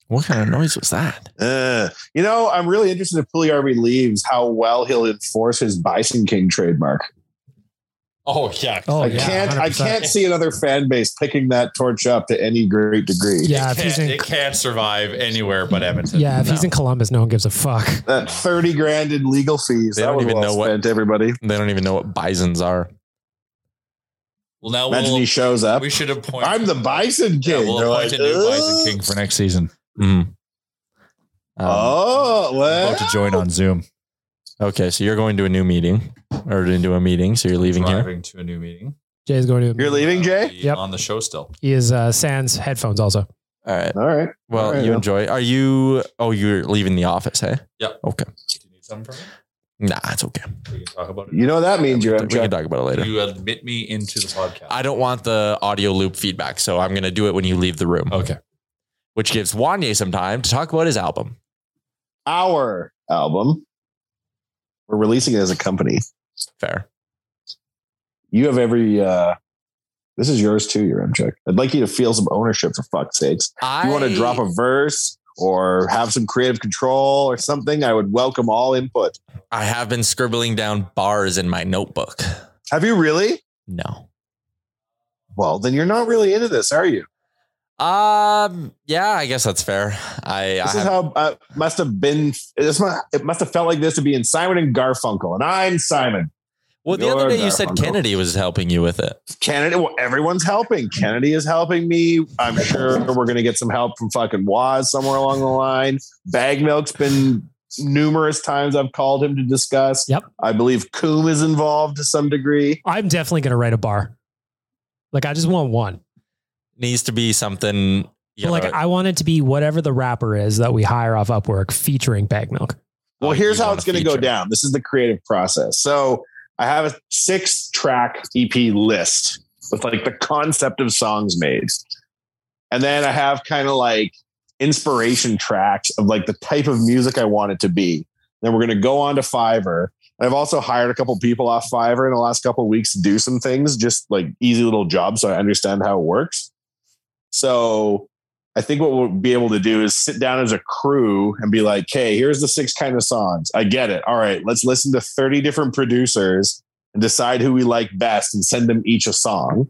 Speaker 1: What kind of noise was that?
Speaker 3: Uh, you know, I'm really interested if Pugliarvi leaves, how well he'll enforce his Bison King trademark.
Speaker 1: Oh yeah.
Speaker 5: Oh,
Speaker 3: I
Speaker 5: yeah,
Speaker 3: can't. I
Speaker 5: 100%.
Speaker 3: can't see another fan base picking that torch up to any great degree.
Speaker 5: Yeah, if he's in,
Speaker 6: can't survive anywhere but Edmonton.
Speaker 5: yeah, if he's in Columbus, no one gives a fuck.
Speaker 3: That thirty grand in legal fees.
Speaker 1: They
Speaker 3: that
Speaker 1: don't
Speaker 3: was
Speaker 1: even
Speaker 3: well
Speaker 1: know what-
Speaker 3: spent, everybody.
Speaker 1: They don't even know what bisons are.
Speaker 6: Oh, well, now
Speaker 3: Imagine he shows up.
Speaker 6: should appoint.
Speaker 3: I'm the Bison King. They're like, "Ugh."
Speaker 6: for next season.
Speaker 1: Mm. Um,
Speaker 3: oh, well.
Speaker 6: About to join on Zoom.
Speaker 1: Okay, so you're going to a new meeting or into a meeting, so you're leaving here.
Speaker 6: to a new meeting.
Speaker 5: Jay's going to.
Speaker 3: You're leaving, Jay.
Speaker 5: Yep.
Speaker 6: on the show still.
Speaker 5: He is uh, sans headphones also.
Speaker 1: All right.
Speaker 3: All right.
Speaker 1: Well,
Speaker 3: All right,
Speaker 1: you
Speaker 3: well.
Speaker 1: enjoy. Are you? Oh, you're leaving the office, hey?
Speaker 6: Yep.
Speaker 1: Okay.
Speaker 6: Do you need something from
Speaker 1: Nah, it's okay.
Speaker 6: me? We can talk about
Speaker 3: You know what that means. You're
Speaker 1: we
Speaker 3: up, Jay.
Speaker 1: can talk about it later.
Speaker 6: You admit me into the podcast.
Speaker 1: I don't want the audio loop feedback, so I'm gonna do it when you leave the room,
Speaker 6: Okay.
Speaker 1: which gives Wanye some time to talk about his album.
Speaker 3: Our album. We're releasing it as a company.
Speaker 1: Fair.
Speaker 3: You have every. uh This is yours too. Your check. I'd like you to feel some ownership for fuck's sakes.
Speaker 1: I
Speaker 3: you want to drop a verse or have some creative control or something, I would welcome all input.
Speaker 1: I have been scribbling down bars in my notebook.
Speaker 3: Have you really?
Speaker 1: No.
Speaker 3: Well, then you're not really into this, are you?
Speaker 1: Um. Yeah, I guess that's fair. I, I
Speaker 3: This is
Speaker 1: have-
Speaker 3: how uh, must have been. This mu- it must have felt like this to be in Simon and Garfunkel, and I'm Simon.
Speaker 1: well the other
Speaker 3: You're
Speaker 1: day you said
Speaker 3: Garfunkel.
Speaker 1: Kennedy was helping you with it.
Speaker 3: Kennedy. Well, everyone's helping. Kennedy is helping me. I'm sure we're going to get some help from fucking Waz somewhere along the line. Bag Milk's been numerous times I've called him to discuss.
Speaker 5: Yep.
Speaker 3: I believe Coom is involved to some degree.
Speaker 5: I'm definitely going to write a bar. Like I just want one.
Speaker 1: Needs to be something you
Speaker 5: But, like
Speaker 1: know,
Speaker 5: I want it to be whatever the rapper is that we hire off Upwork featuring Bag Milk.
Speaker 3: Well,
Speaker 1: like
Speaker 3: here's
Speaker 1: you
Speaker 3: how
Speaker 1: want
Speaker 3: it's
Speaker 1: a
Speaker 3: going to go
Speaker 1: feature.
Speaker 3: down. This is the creative process. So I have a six track EP list with like the concept of songs made. And then I have kind of like inspiration tracks of like the type of music I want it to be. Then we're going to go on to Fiverr. And I've also hired a couple people off Fiverr in the last couple weeks to do some things, just like easy little jobs. So I understand how it works. So I think what we'll be able to do is sit down as a crew and be like, hey, here's the six kind of songs. I get it. All right, let's listen to 30 different producers and decide who we like best and send them each a song.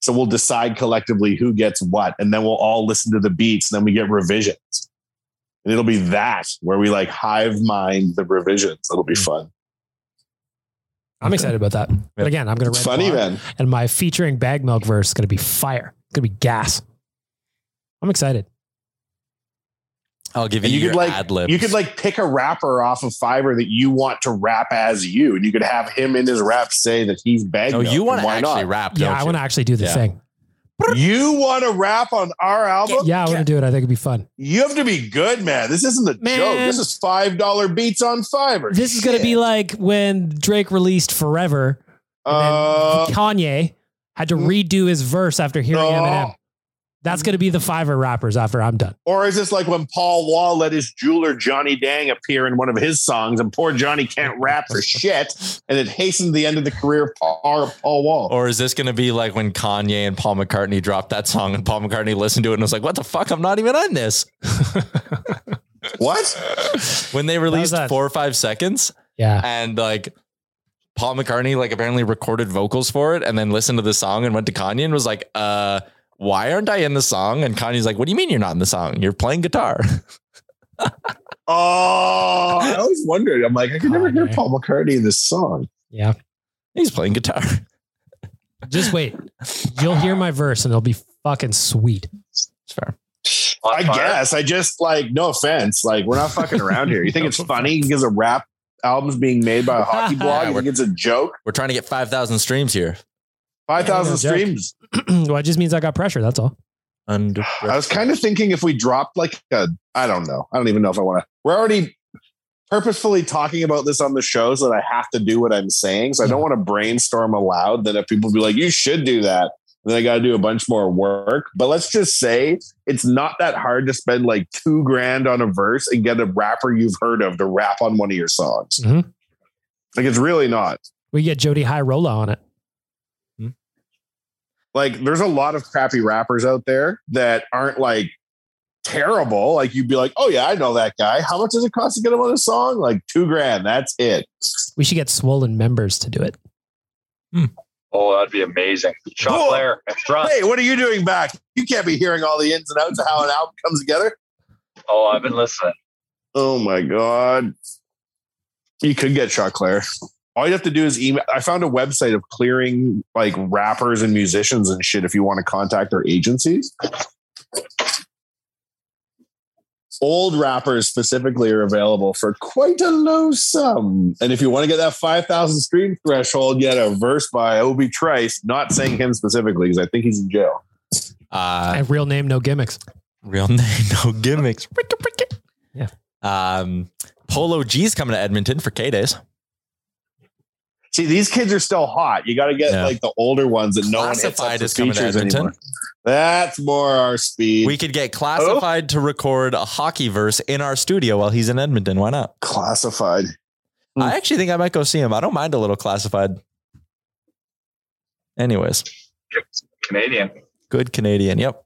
Speaker 3: So we'll decide collectively who gets what. And then we'll all listen to the beats and then we get revisions. And it'll be that where we like hive mind the revisions. It'll
Speaker 1: Hmm.
Speaker 3: be fun.
Speaker 5: I'm excited about that. But again, I'm going to
Speaker 3: It's funny, man.
Speaker 5: And my featuring bag milk verse is going to be fire. It's going to be gas. I'm excited.
Speaker 1: I'll give
Speaker 3: And
Speaker 1: you,
Speaker 3: you
Speaker 1: your
Speaker 3: could like
Speaker 1: ad lib.
Speaker 3: you could like pick a rapper off of Fiverr that you want to rap as you, and you could have him in his rap say that he's banging.
Speaker 1: Oh, you want to actually rap?
Speaker 5: yeah,
Speaker 1: don't
Speaker 5: I
Speaker 1: you?
Speaker 5: want to actually do the
Speaker 1: Yeah.
Speaker 5: thing.
Speaker 3: You want to rap on our album?
Speaker 5: Yeah, I want to do it. I think it'd be fun.
Speaker 3: You have to be good, man. This isn't a
Speaker 5: Man.
Speaker 3: joke. This is five dollar beats on Fiverr.
Speaker 5: This is going to be like when Drake released Forever.
Speaker 3: Uh,
Speaker 5: Kanye had to redo his verse after hearing Eminem. That's going to be the Fiverr rappers after I'm done.
Speaker 3: or is this like when Paul Wall let his jeweler Johnny Dang appear in one of his songs, and poor Johnny can't rap for shit, and it hastened the end of the career of Paul, Paul Wall?
Speaker 1: Or is this going to be like when Kanye and Paul McCartney dropped that song and Paul McCartney listened to it and was like, what the fuck? I'm not even on this.
Speaker 3: what?
Speaker 1: When they released
Speaker 5: that?
Speaker 1: four or five seconds
Speaker 5: Yeah.
Speaker 1: and like Paul McCartney, like apparently recorded vocals for it and then listened to the song and went to Kanye and was like, uh, why aren't I in the song? And Kanye's like, what do you mean you're not in the song? You're playing guitar. *laughs*
Speaker 3: Oh, I always wondered. I'm like, I could never hear Paul McCartney in this song.
Speaker 5: Yeah.
Speaker 1: He's playing guitar. *laughs*
Speaker 5: Just wait. You'll hear my verse and it'll be fucking sweet. *clears throat*
Speaker 1: It's fair.
Speaker 3: I guess. I just like, no offense. Like, we're not fucking around here. You think it's funny because a rap album's being made by a hockey blog? You think it's a joke?
Speaker 1: We're trying to get 5,000 streams here.
Speaker 3: 5,000
Speaker 5: No joke.
Speaker 3: streams.
Speaker 5: well, it just means I got pressure. That's all.
Speaker 1: Under
Speaker 3: I was kind of thinking if we dropped like a, I don't know. I don't even know if I want to. We're already purposefully talking about this on the show so that I have to do what I'm saying. So I don't want to brainstorm aloud. Then if people be like, you should do that, then I got to do a bunch more work. But let's just say it's not that hard to spend like two grand on a verse and get a rapper you've heard of to rap on one of your songs.
Speaker 5: Mhm.
Speaker 3: Like it's really not.
Speaker 5: We get Jody High Rolla on it.
Speaker 3: like there's a lot of crappy rappers out there that aren't like terrible. Like you'd be like, oh yeah, I know that guy. How much does it cost to get him on a song? Like two grand. That's it.
Speaker 5: We should get swollen members to do it.
Speaker 4: Oh, that'd be amazing. Shot
Speaker 3: Cool.
Speaker 4: player. Drunk.
Speaker 3: Hey, what are you doing back? You can't be hearing all the ins and outs of how an album comes together.
Speaker 4: Oh, I've been listening.
Speaker 3: Oh my god. You could get Chuck Claire. All you have to do is email. I found a website of clearing like rappers and musicians and shit if you want to contact their agencies. Old rappers specifically are available for quite a low sum. And if you want to get that 5,000 stream threshold, get a verse by Obi Trice, not saying him specifically because I think he's in jail.
Speaker 1: Uh,
Speaker 5: And real name, no gimmicks.
Speaker 1: real *laughs* name, no gimmicks.
Speaker 5: Yeah.
Speaker 1: Um, Polo G's coming to Edmonton for K Days.
Speaker 3: See, these kids are still hot. You got to get
Speaker 1: Yeah.
Speaker 3: like the older ones that no one hits up
Speaker 1: Classified
Speaker 3: for
Speaker 1: is coming to
Speaker 3: features
Speaker 1: Edmonton.
Speaker 3: anymore. That's more our speed.
Speaker 1: We could get classified to record a hockey verse in our studio while he's in Edmonton. Why not?
Speaker 3: classified. Hmm.
Speaker 1: I actually think I might go see him. I don't mind a little classified. Anyways,
Speaker 4: Canadian.
Speaker 1: good Canadian. Yep.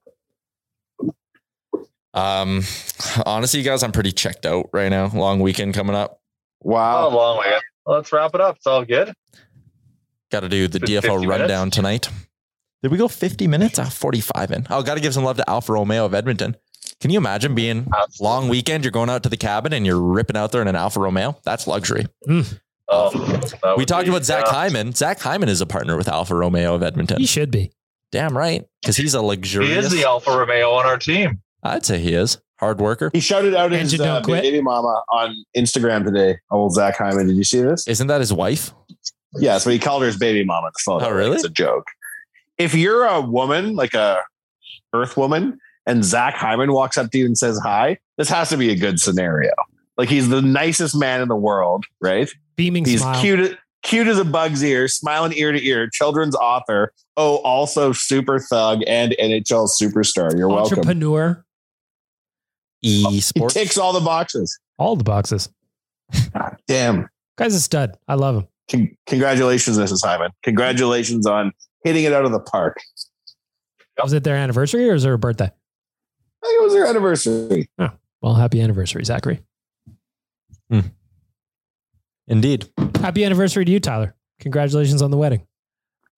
Speaker 1: Um, honestly, guys, I'm pretty checked out right now. Long weekend coming up.
Speaker 3: Wow.
Speaker 4: Oh, long way. Well, let's wrap it up. It's all good.
Speaker 1: Got to do the
Speaker 4: Been 50
Speaker 1: DFO
Speaker 4: minutes?
Speaker 1: rundown tonight. Did we go 50 minutes? Ah, 45 in. Oh, got to give some love to Alfa Romeo of Edmonton. Can you imagine being
Speaker 4: Absolutely.
Speaker 1: long weekend? You're going out to the cabin and you're ripping out there in an Alfa Romeo. That's luxury.
Speaker 4: Oh, that
Speaker 1: We
Speaker 4: would
Speaker 1: talked
Speaker 4: be,
Speaker 1: about Zach
Speaker 4: uh,
Speaker 1: Hyman. Zach Hyman is a partner with Alfa Romeo of Edmonton.
Speaker 5: He should be.
Speaker 1: Damn right, because he's a
Speaker 4: He
Speaker 1: luxurious.
Speaker 4: is the Alfa Romeo on our team.
Speaker 1: I'd say he is hard worker.
Speaker 3: He shouted out his
Speaker 5: Engine don't
Speaker 3: uh,
Speaker 5: quit.
Speaker 3: baby mama on Instagram today. Old Zach Hyman. Did you see this?
Speaker 1: Isn't that his wife?
Speaker 3: Yes, but he called her his baby mama. in The photo.
Speaker 1: Oh, really?
Speaker 3: It's a joke. If you're a woman, like a Earth woman, and Zach Hyman walks up to you and says hi, this has to be a good scenario. Like he's the nicest man in the world, right?
Speaker 5: Beaming
Speaker 3: He's
Speaker 5: smile.
Speaker 3: cute. cute as a bug's ear, smiling ear to ear, children's author. Oh, also super thug and NHL superstar. You're welcome.
Speaker 5: Entrepreneur.
Speaker 1: E
Speaker 3: He ticks all the boxes.
Speaker 5: All the boxes.
Speaker 3: God damn.
Speaker 5: Guy's a stud. I love him.
Speaker 3: Con- congratulations, Mrs. Hyman. Congratulations on hitting it out of the park.
Speaker 5: Was it their anniversary or is it her birthday?
Speaker 3: I think it was their anniversary.
Speaker 5: Oh, well, happy anniversary, Zachary.
Speaker 1: Indeed.
Speaker 5: Happy anniversary to you, Tyler. Congratulations on the wedding.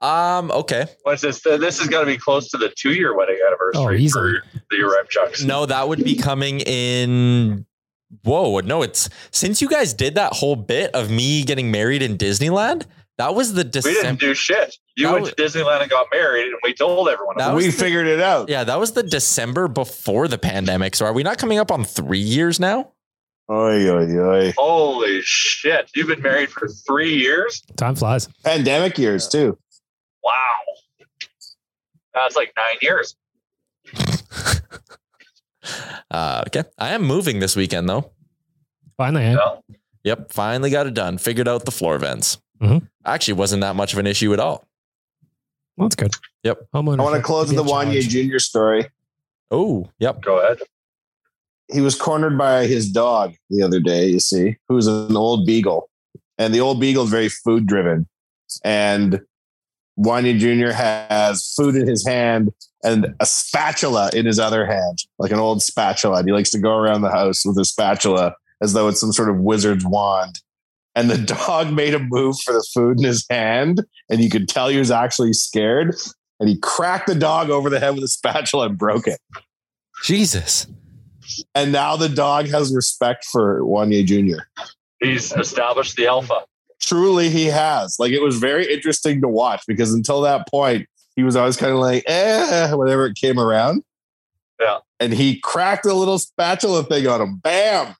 Speaker 1: Um. Okay.
Speaker 4: What's this? This has got to be close to the two-year wedding
Speaker 5: Oh,
Speaker 4: anniversary
Speaker 5: easily.
Speaker 4: for the Rep Chucks.
Speaker 1: No, that would be coming in. Whoa, no, it's since you guys did that whole bit of me getting married in Disneyland. That was the
Speaker 4: we
Speaker 1: December.
Speaker 4: didn't do shit. You
Speaker 1: That
Speaker 4: went to Disneyland and got married, and we told everyone.
Speaker 1: That
Speaker 4: about
Speaker 1: was
Speaker 4: it.
Speaker 3: We
Speaker 1: the-
Speaker 3: figured it out.
Speaker 1: Yeah, that was the December before the pandemic. So are we not coming up on three years now?
Speaker 3: Oy, oy, oy.
Speaker 4: Holy shit! You've been married for three years.
Speaker 5: Time flies.
Speaker 3: Pandemic years, too.
Speaker 4: Wow, that's like nine years.
Speaker 1: Uh, okay. I am moving this weekend though.
Speaker 5: Finally, eh?
Speaker 4: Well,
Speaker 1: Yep. Finally got it done. Figured out the floor vents.
Speaker 5: Mhm.
Speaker 1: Actually, wasn't that much of an issue at all.
Speaker 5: Well, that's good.
Speaker 1: Yep. *laughs*
Speaker 3: I want to close with the Wanye Jr. story.
Speaker 1: Oh, yep.
Speaker 4: go ahead.
Speaker 3: he was cornered by his dog the other day, you see, who's an old beagle. And the old beagle is very food driven. And Wanya Jr. has food in his hand and a spatula in his other hand, like an old spatula. And he likes to go around the house with a spatula as though it's some sort of wizard's wand. And the *laughs* dog made a move for the food in his hand. And you could tell he was actually scared. And he cracked the dog over the head with a spatula and broke it
Speaker 1: Jesus.
Speaker 3: and now the dog has respect for Wanye Jr.
Speaker 4: He's established the alpha.
Speaker 3: Truly, he has. Like it was very interesting to watch because until that point, he was always kind of like eh, whenever it came around.
Speaker 4: Yeah.
Speaker 3: and he cracked a little spatula thing on him. Bam!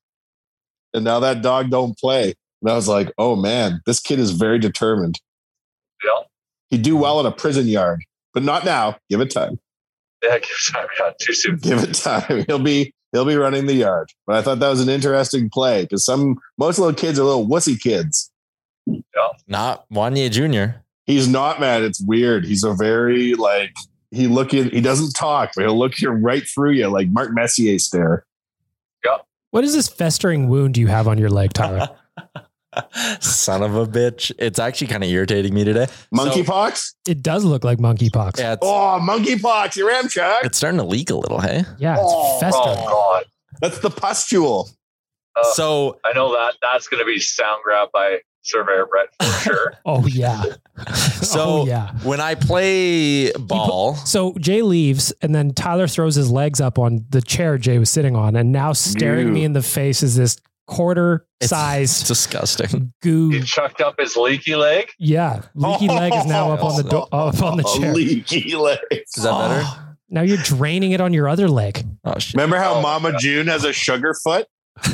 Speaker 3: And now that dog don't play. And I was like, oh man, this kid is very determined.
Speaker 4: Yeah,
Speaker 3: He'd do well in a prison yard, but not now. Give it time.
Speaker 4: yeah. Give time. God, too soon.
Speaker 3: *laughs* Give it time. He'll be he'll be running the yard. But I thought that was an interesting play because some most little kids are little wussy kids.
Speaker 1: Not Wanye Jr.
Speaker 3: he's not mad. It's weird. He's a very like he look in, he doesn't talk, but he'll look you right through you like Mark Messier stare.
Speaker 5: What is this festering wound you have on your
Speaker 1: *laughs*
Speaker 5: leg, Tyler?
Speaker 1: Son of a bitch. It's actually kind of irritating me today.
Speaker 3: Monkeypox?
Speaker 5: it does look like monkeypox.
Speaker 1: So, yeah, it's,
Speaker 3: oh, monkeypox, your Amtrak.
Speaker 1: it's starting to leak a little, hey?
Speaker 5: Yeah, it's
Speaker 3: Oh,
Speaker 5: festering.
Speaker 4: Oh God.
Speaker 3: That's the pustule.
Speaker 4: Uh,
Speaker 1: so
Speaker 4: I know that that's going to be sound grab by Surveyor Brett for sure.
Speaker 5: Oh yeah.
Speaker 1: *laughs* So
Speaker 5: oh yeah.
Speaker 1: when I play ball,
Speaker 5: So Jay leaves, and then Tyler throws his legs up on the chair Jay was sitting on, and now staring
Speaker 3: Ew.
Speaker 5: me in the face is this
Speaker 1: it's, it's
Speaker 5: quarter-sized
Speaker 1: disgusting.
Speaker 4: he
Speaker 5: goo.
Speaker 4: chucked up his leaky leg.
Speaker 5: Yeah, leaky leg is now up
Speaker 1: *laughs*
Speaker 5: on the do- up on the
Speaker 3: A
Speaker 5: chair.
Speaker 3: leaky leg.
Speaker 1: Is that better?
Speaker 5: Now you're draining it on your other leg.
Speaker 1: Oh shit!
Speaker 3: Remember how
Speaker 4: Oh,
Speaker 3: Mama
Speaker 4: God.
Speaker 3: June has a sugar
Speaker 1: *laughs*
Speaker 3: foot?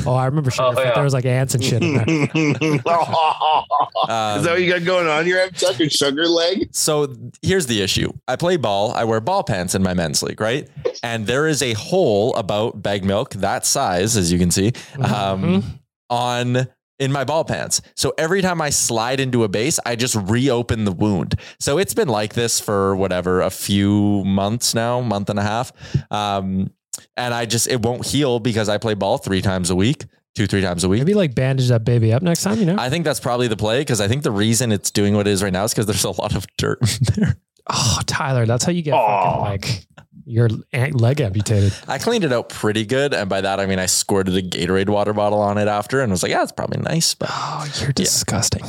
Speaker 5: Oh, I remember
Speaker 4: Oh,
Speaker 5: Sugarfoot.
Speaker 4: yeah.
Speaker 5: There was like ants and shit. In there.
Speaker 3: *laughs* Is
Speaker 1: Um,
Speaker 3: that what you got going on here, Amtrak? Your sugar leg?
Speaker 1: so here's the issue. I play ball. I wear ball pants in my men's league, right? And there is a hole about bag milk that size, as you can see,
Speaker 5: Mm-hmm.
Speaker 1: um, on in my ball pants. So every time I slide into a base, I just reopen the wound. So it's been like this for whatever a few months now, month and a half. Um, and I just it won't heal because I play ball three times a week, two three times a week.
Speaker 5: Maybe like bandage that baby up next time. You know.
Speaker 1: I think that's probably the play because I think the reason it's doing what it is right now is because there's a lot of dirt in there.
Speaker 5: oh, Tyler, that's how you get fucking
Speaker 3: Aw.
Speaker 5: like your an- leg amputated.
Speaker 1: I cleaned it out pretty good, and by that I mean I squirted a Gatorade water bottle on it after, and was like, "Yeah, it's probably nice." But
Speaker 5: Oh, you're disgusting.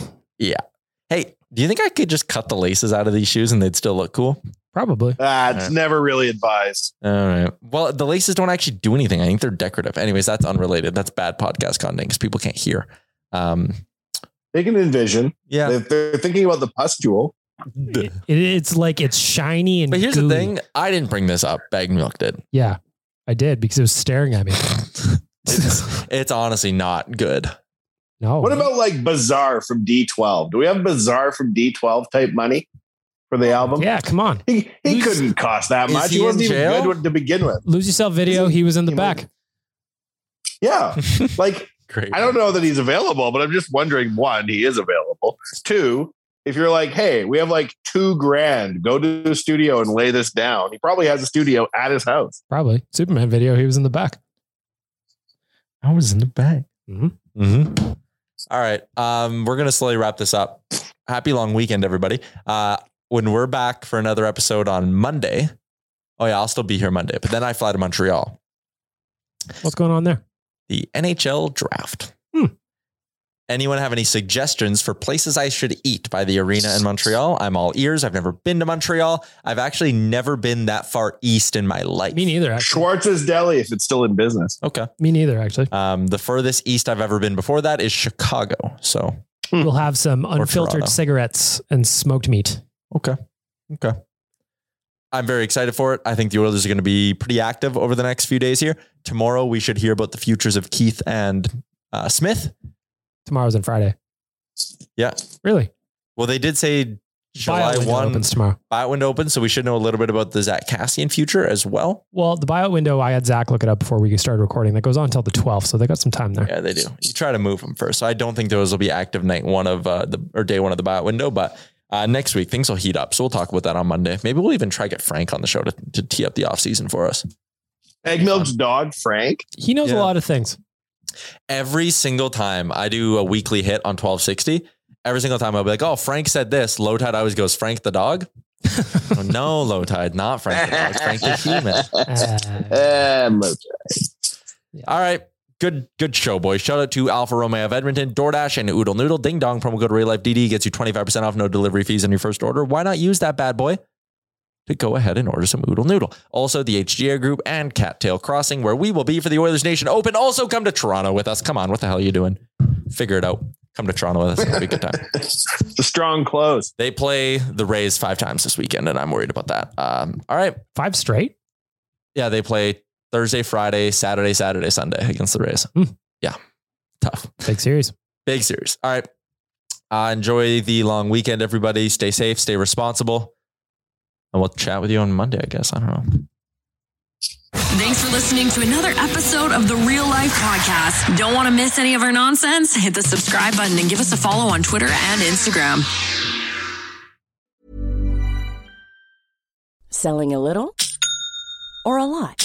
Speaker 1: hey, do you think I could just cut the laces out of these shoes and they'd still look cool?
Speaker 5: Probably.
Speaker 3: Ah,
Speaker 1: All
Speaker 3: it's
Speaker 1: right.
Speaker 3: never really advised.
Speaker 1: All right. Well, the laces don't actually do anything. I think they're decorative. Anyways, that's unrelated. That's bad podcast content because people can't hear. Um,
Speaker 3: They can envision.
Speaker 1: yeah.
Speaker 3: If they're thinking about the pustule,
Speaker 5: It, it's like it's shiny and.
Speaker 1: But here's
Speaker 5: gooey.
Speaker 1: the thing: I didn't bring this up. Bag Milk did.
Speaker 5: Yeah, I did because it was
Speaker 1: *laughs*
Speaker 5: staring at me. *laughs*
Speaker 1: It's, it's honestly not good. Oh,
Speaker 5: No.
Speaker 3: What about like Bizarre from D12? Do we have Bizarre from D12 type money for the album?
Speaker 5: Yeah, come on.
Speaker 3: He, he
Speaker 1: Who's-
Speaker 3: couldn't cost that
Speaker 1: is
Speaker 3: much.
Speaker 1: he
Speaker 3: He, wasn't
Speaker 1: in
Speaker 3: even
Speaker 1: jail?
Speaker 3: good to begin
Speaker 1: *laughs*
Speaker 3: with.
Speaker 5: Lose yourself video. He was in the
Speaker 3: He
Speaker 5: back.
Speaker 3: Yeah. like,
Speaker 1: Great.
Speaker 3: I don't know that he's available, but I'm just wondering one, he is available. Two, if you're like, hey, we have like two grand, go to the studio and lay this down. He probably has a studio at his house.
Speaker 5: Probably Superman video. He was in the back.
Speaker 6: I was in the back.
Speaker 1: Mm-hmm. Mm-hmm. All right. Um, we're gonna slowly wrap this up. Happy long weekend, everybody. Uh, when we're back for another episode on Monday. Oh yeah, I'll still be here Monday, but then I fly to Montreal.
Speaker 5: What's going on there?
Speaker 1: The NHL draft.
Speaker 5: Hmm.
Speaker 1: Anyone have any suggestions for places I should eat by the arena in Montreal? I'm all ears. I've never been to Montreal. I've actually never been that far east in my life.
Speaker 5: Me neither. Actually.
Speaker 3: Schwartz's Deli, if it's still in business.
Speaker 1: Okay.
Speaker 5: Me neither. Actually,
Speaker 1: Um, the furthest east I've ever been before that is Chicago. So
Speaker 5: we'll have some
Speaker 1: Toronto.
Speaker 5: unfiltered cigarettes and smoked meat.
Speaker 1: Okay. Okay. I'm very excited for it. I think the Oilers are going to be pretty active over the next few days here. Tomorrow, we should hear about the futures of Keith and uh, Smith.
Speaker 5: Tomorrow's and Friday.
Speaker 1: Yeah.
Speaker 5: Really?
Speaker 1: Well, they did say July
Speaker 5: Buyout window
Speaker 1: 1
Speaker 5: opens tomorrow.
Speaker 1: buyout window open, so we should know a little bit about the Zach Cassian future as well.
Speaker 5: Well, the buyout window. I had Zach look it up before we started recording. That goes on until the 12th, so they got some time there.
Speaker 1: Yeah, they do. You try to move them first. So I don't think those will be active night one of uh, the or day one of the buyout window, but uh, next week things will heat up. So we'll talk about that on Monday. Maybe we'll even try to get Frank on the show to, to tee up the offseason for us.
Speaker 3: Egg Milk's dog, Frank.
Speaker 5: He knows
Speaker 1: Yeah.
Speaker 5: a lot of things.
Speaker 1: *laughs* every single time I do a weekly hit on 1260, every single time I'll be like, oh, Frank said this. Low tide always goes, Frank the dog. *laughs* Oh, no, low tide, not Frank the dog, it's Frank the human.
Speaker 3: *laughs*
Speaker 5: *laughs* Uh,
Speaker 3: Eh, Milk.
Speaker 1: All right. Good, good show, boys. Shout out to Alpha Romeo of Edmonton, DoorDash, and Oodle Noodle. Ding dong. Promo code RayLifeDD gets you 25% off, no delivery fees on your first order. Why not use that bad boy to go ahead and order some Oodle Noodle? Also, the HGA Group and Cattail Crossing, where we will be for the Oilers Nation Open. Also, come to Toronto with us. Come on, what the hell are you doing? Figure it out. Come to Toronto with us. It'll be a good time.
Speaker 3: It's a strong close.
Speaker 1: They play the Rays five times this weekend, and I'm worried about that. Um, all right.
Speaker 5: five straight.
Speaker 1: Yeah, they play Thursday, Friday, Saturday, Saturday, Sunday against the Rays.
Speaker 5: Hmm.
Speaker 1: Yeah, tough.
Speaker 5: Big series.
Speaker 1: Big series. All right. Uh, enjoy the long weekend, everybody. Stay safe, stay responsible. And we'll chat with you on Monday, I guess. I don't know.
Speaker 7: Thanks for listening to another episode of the Real Life Podcast. Don't want to miss any of our nonsense? Hit the subscribe button and give us a follow on Twitter and Instagram.
Speaker 8: Selling a little or a lot?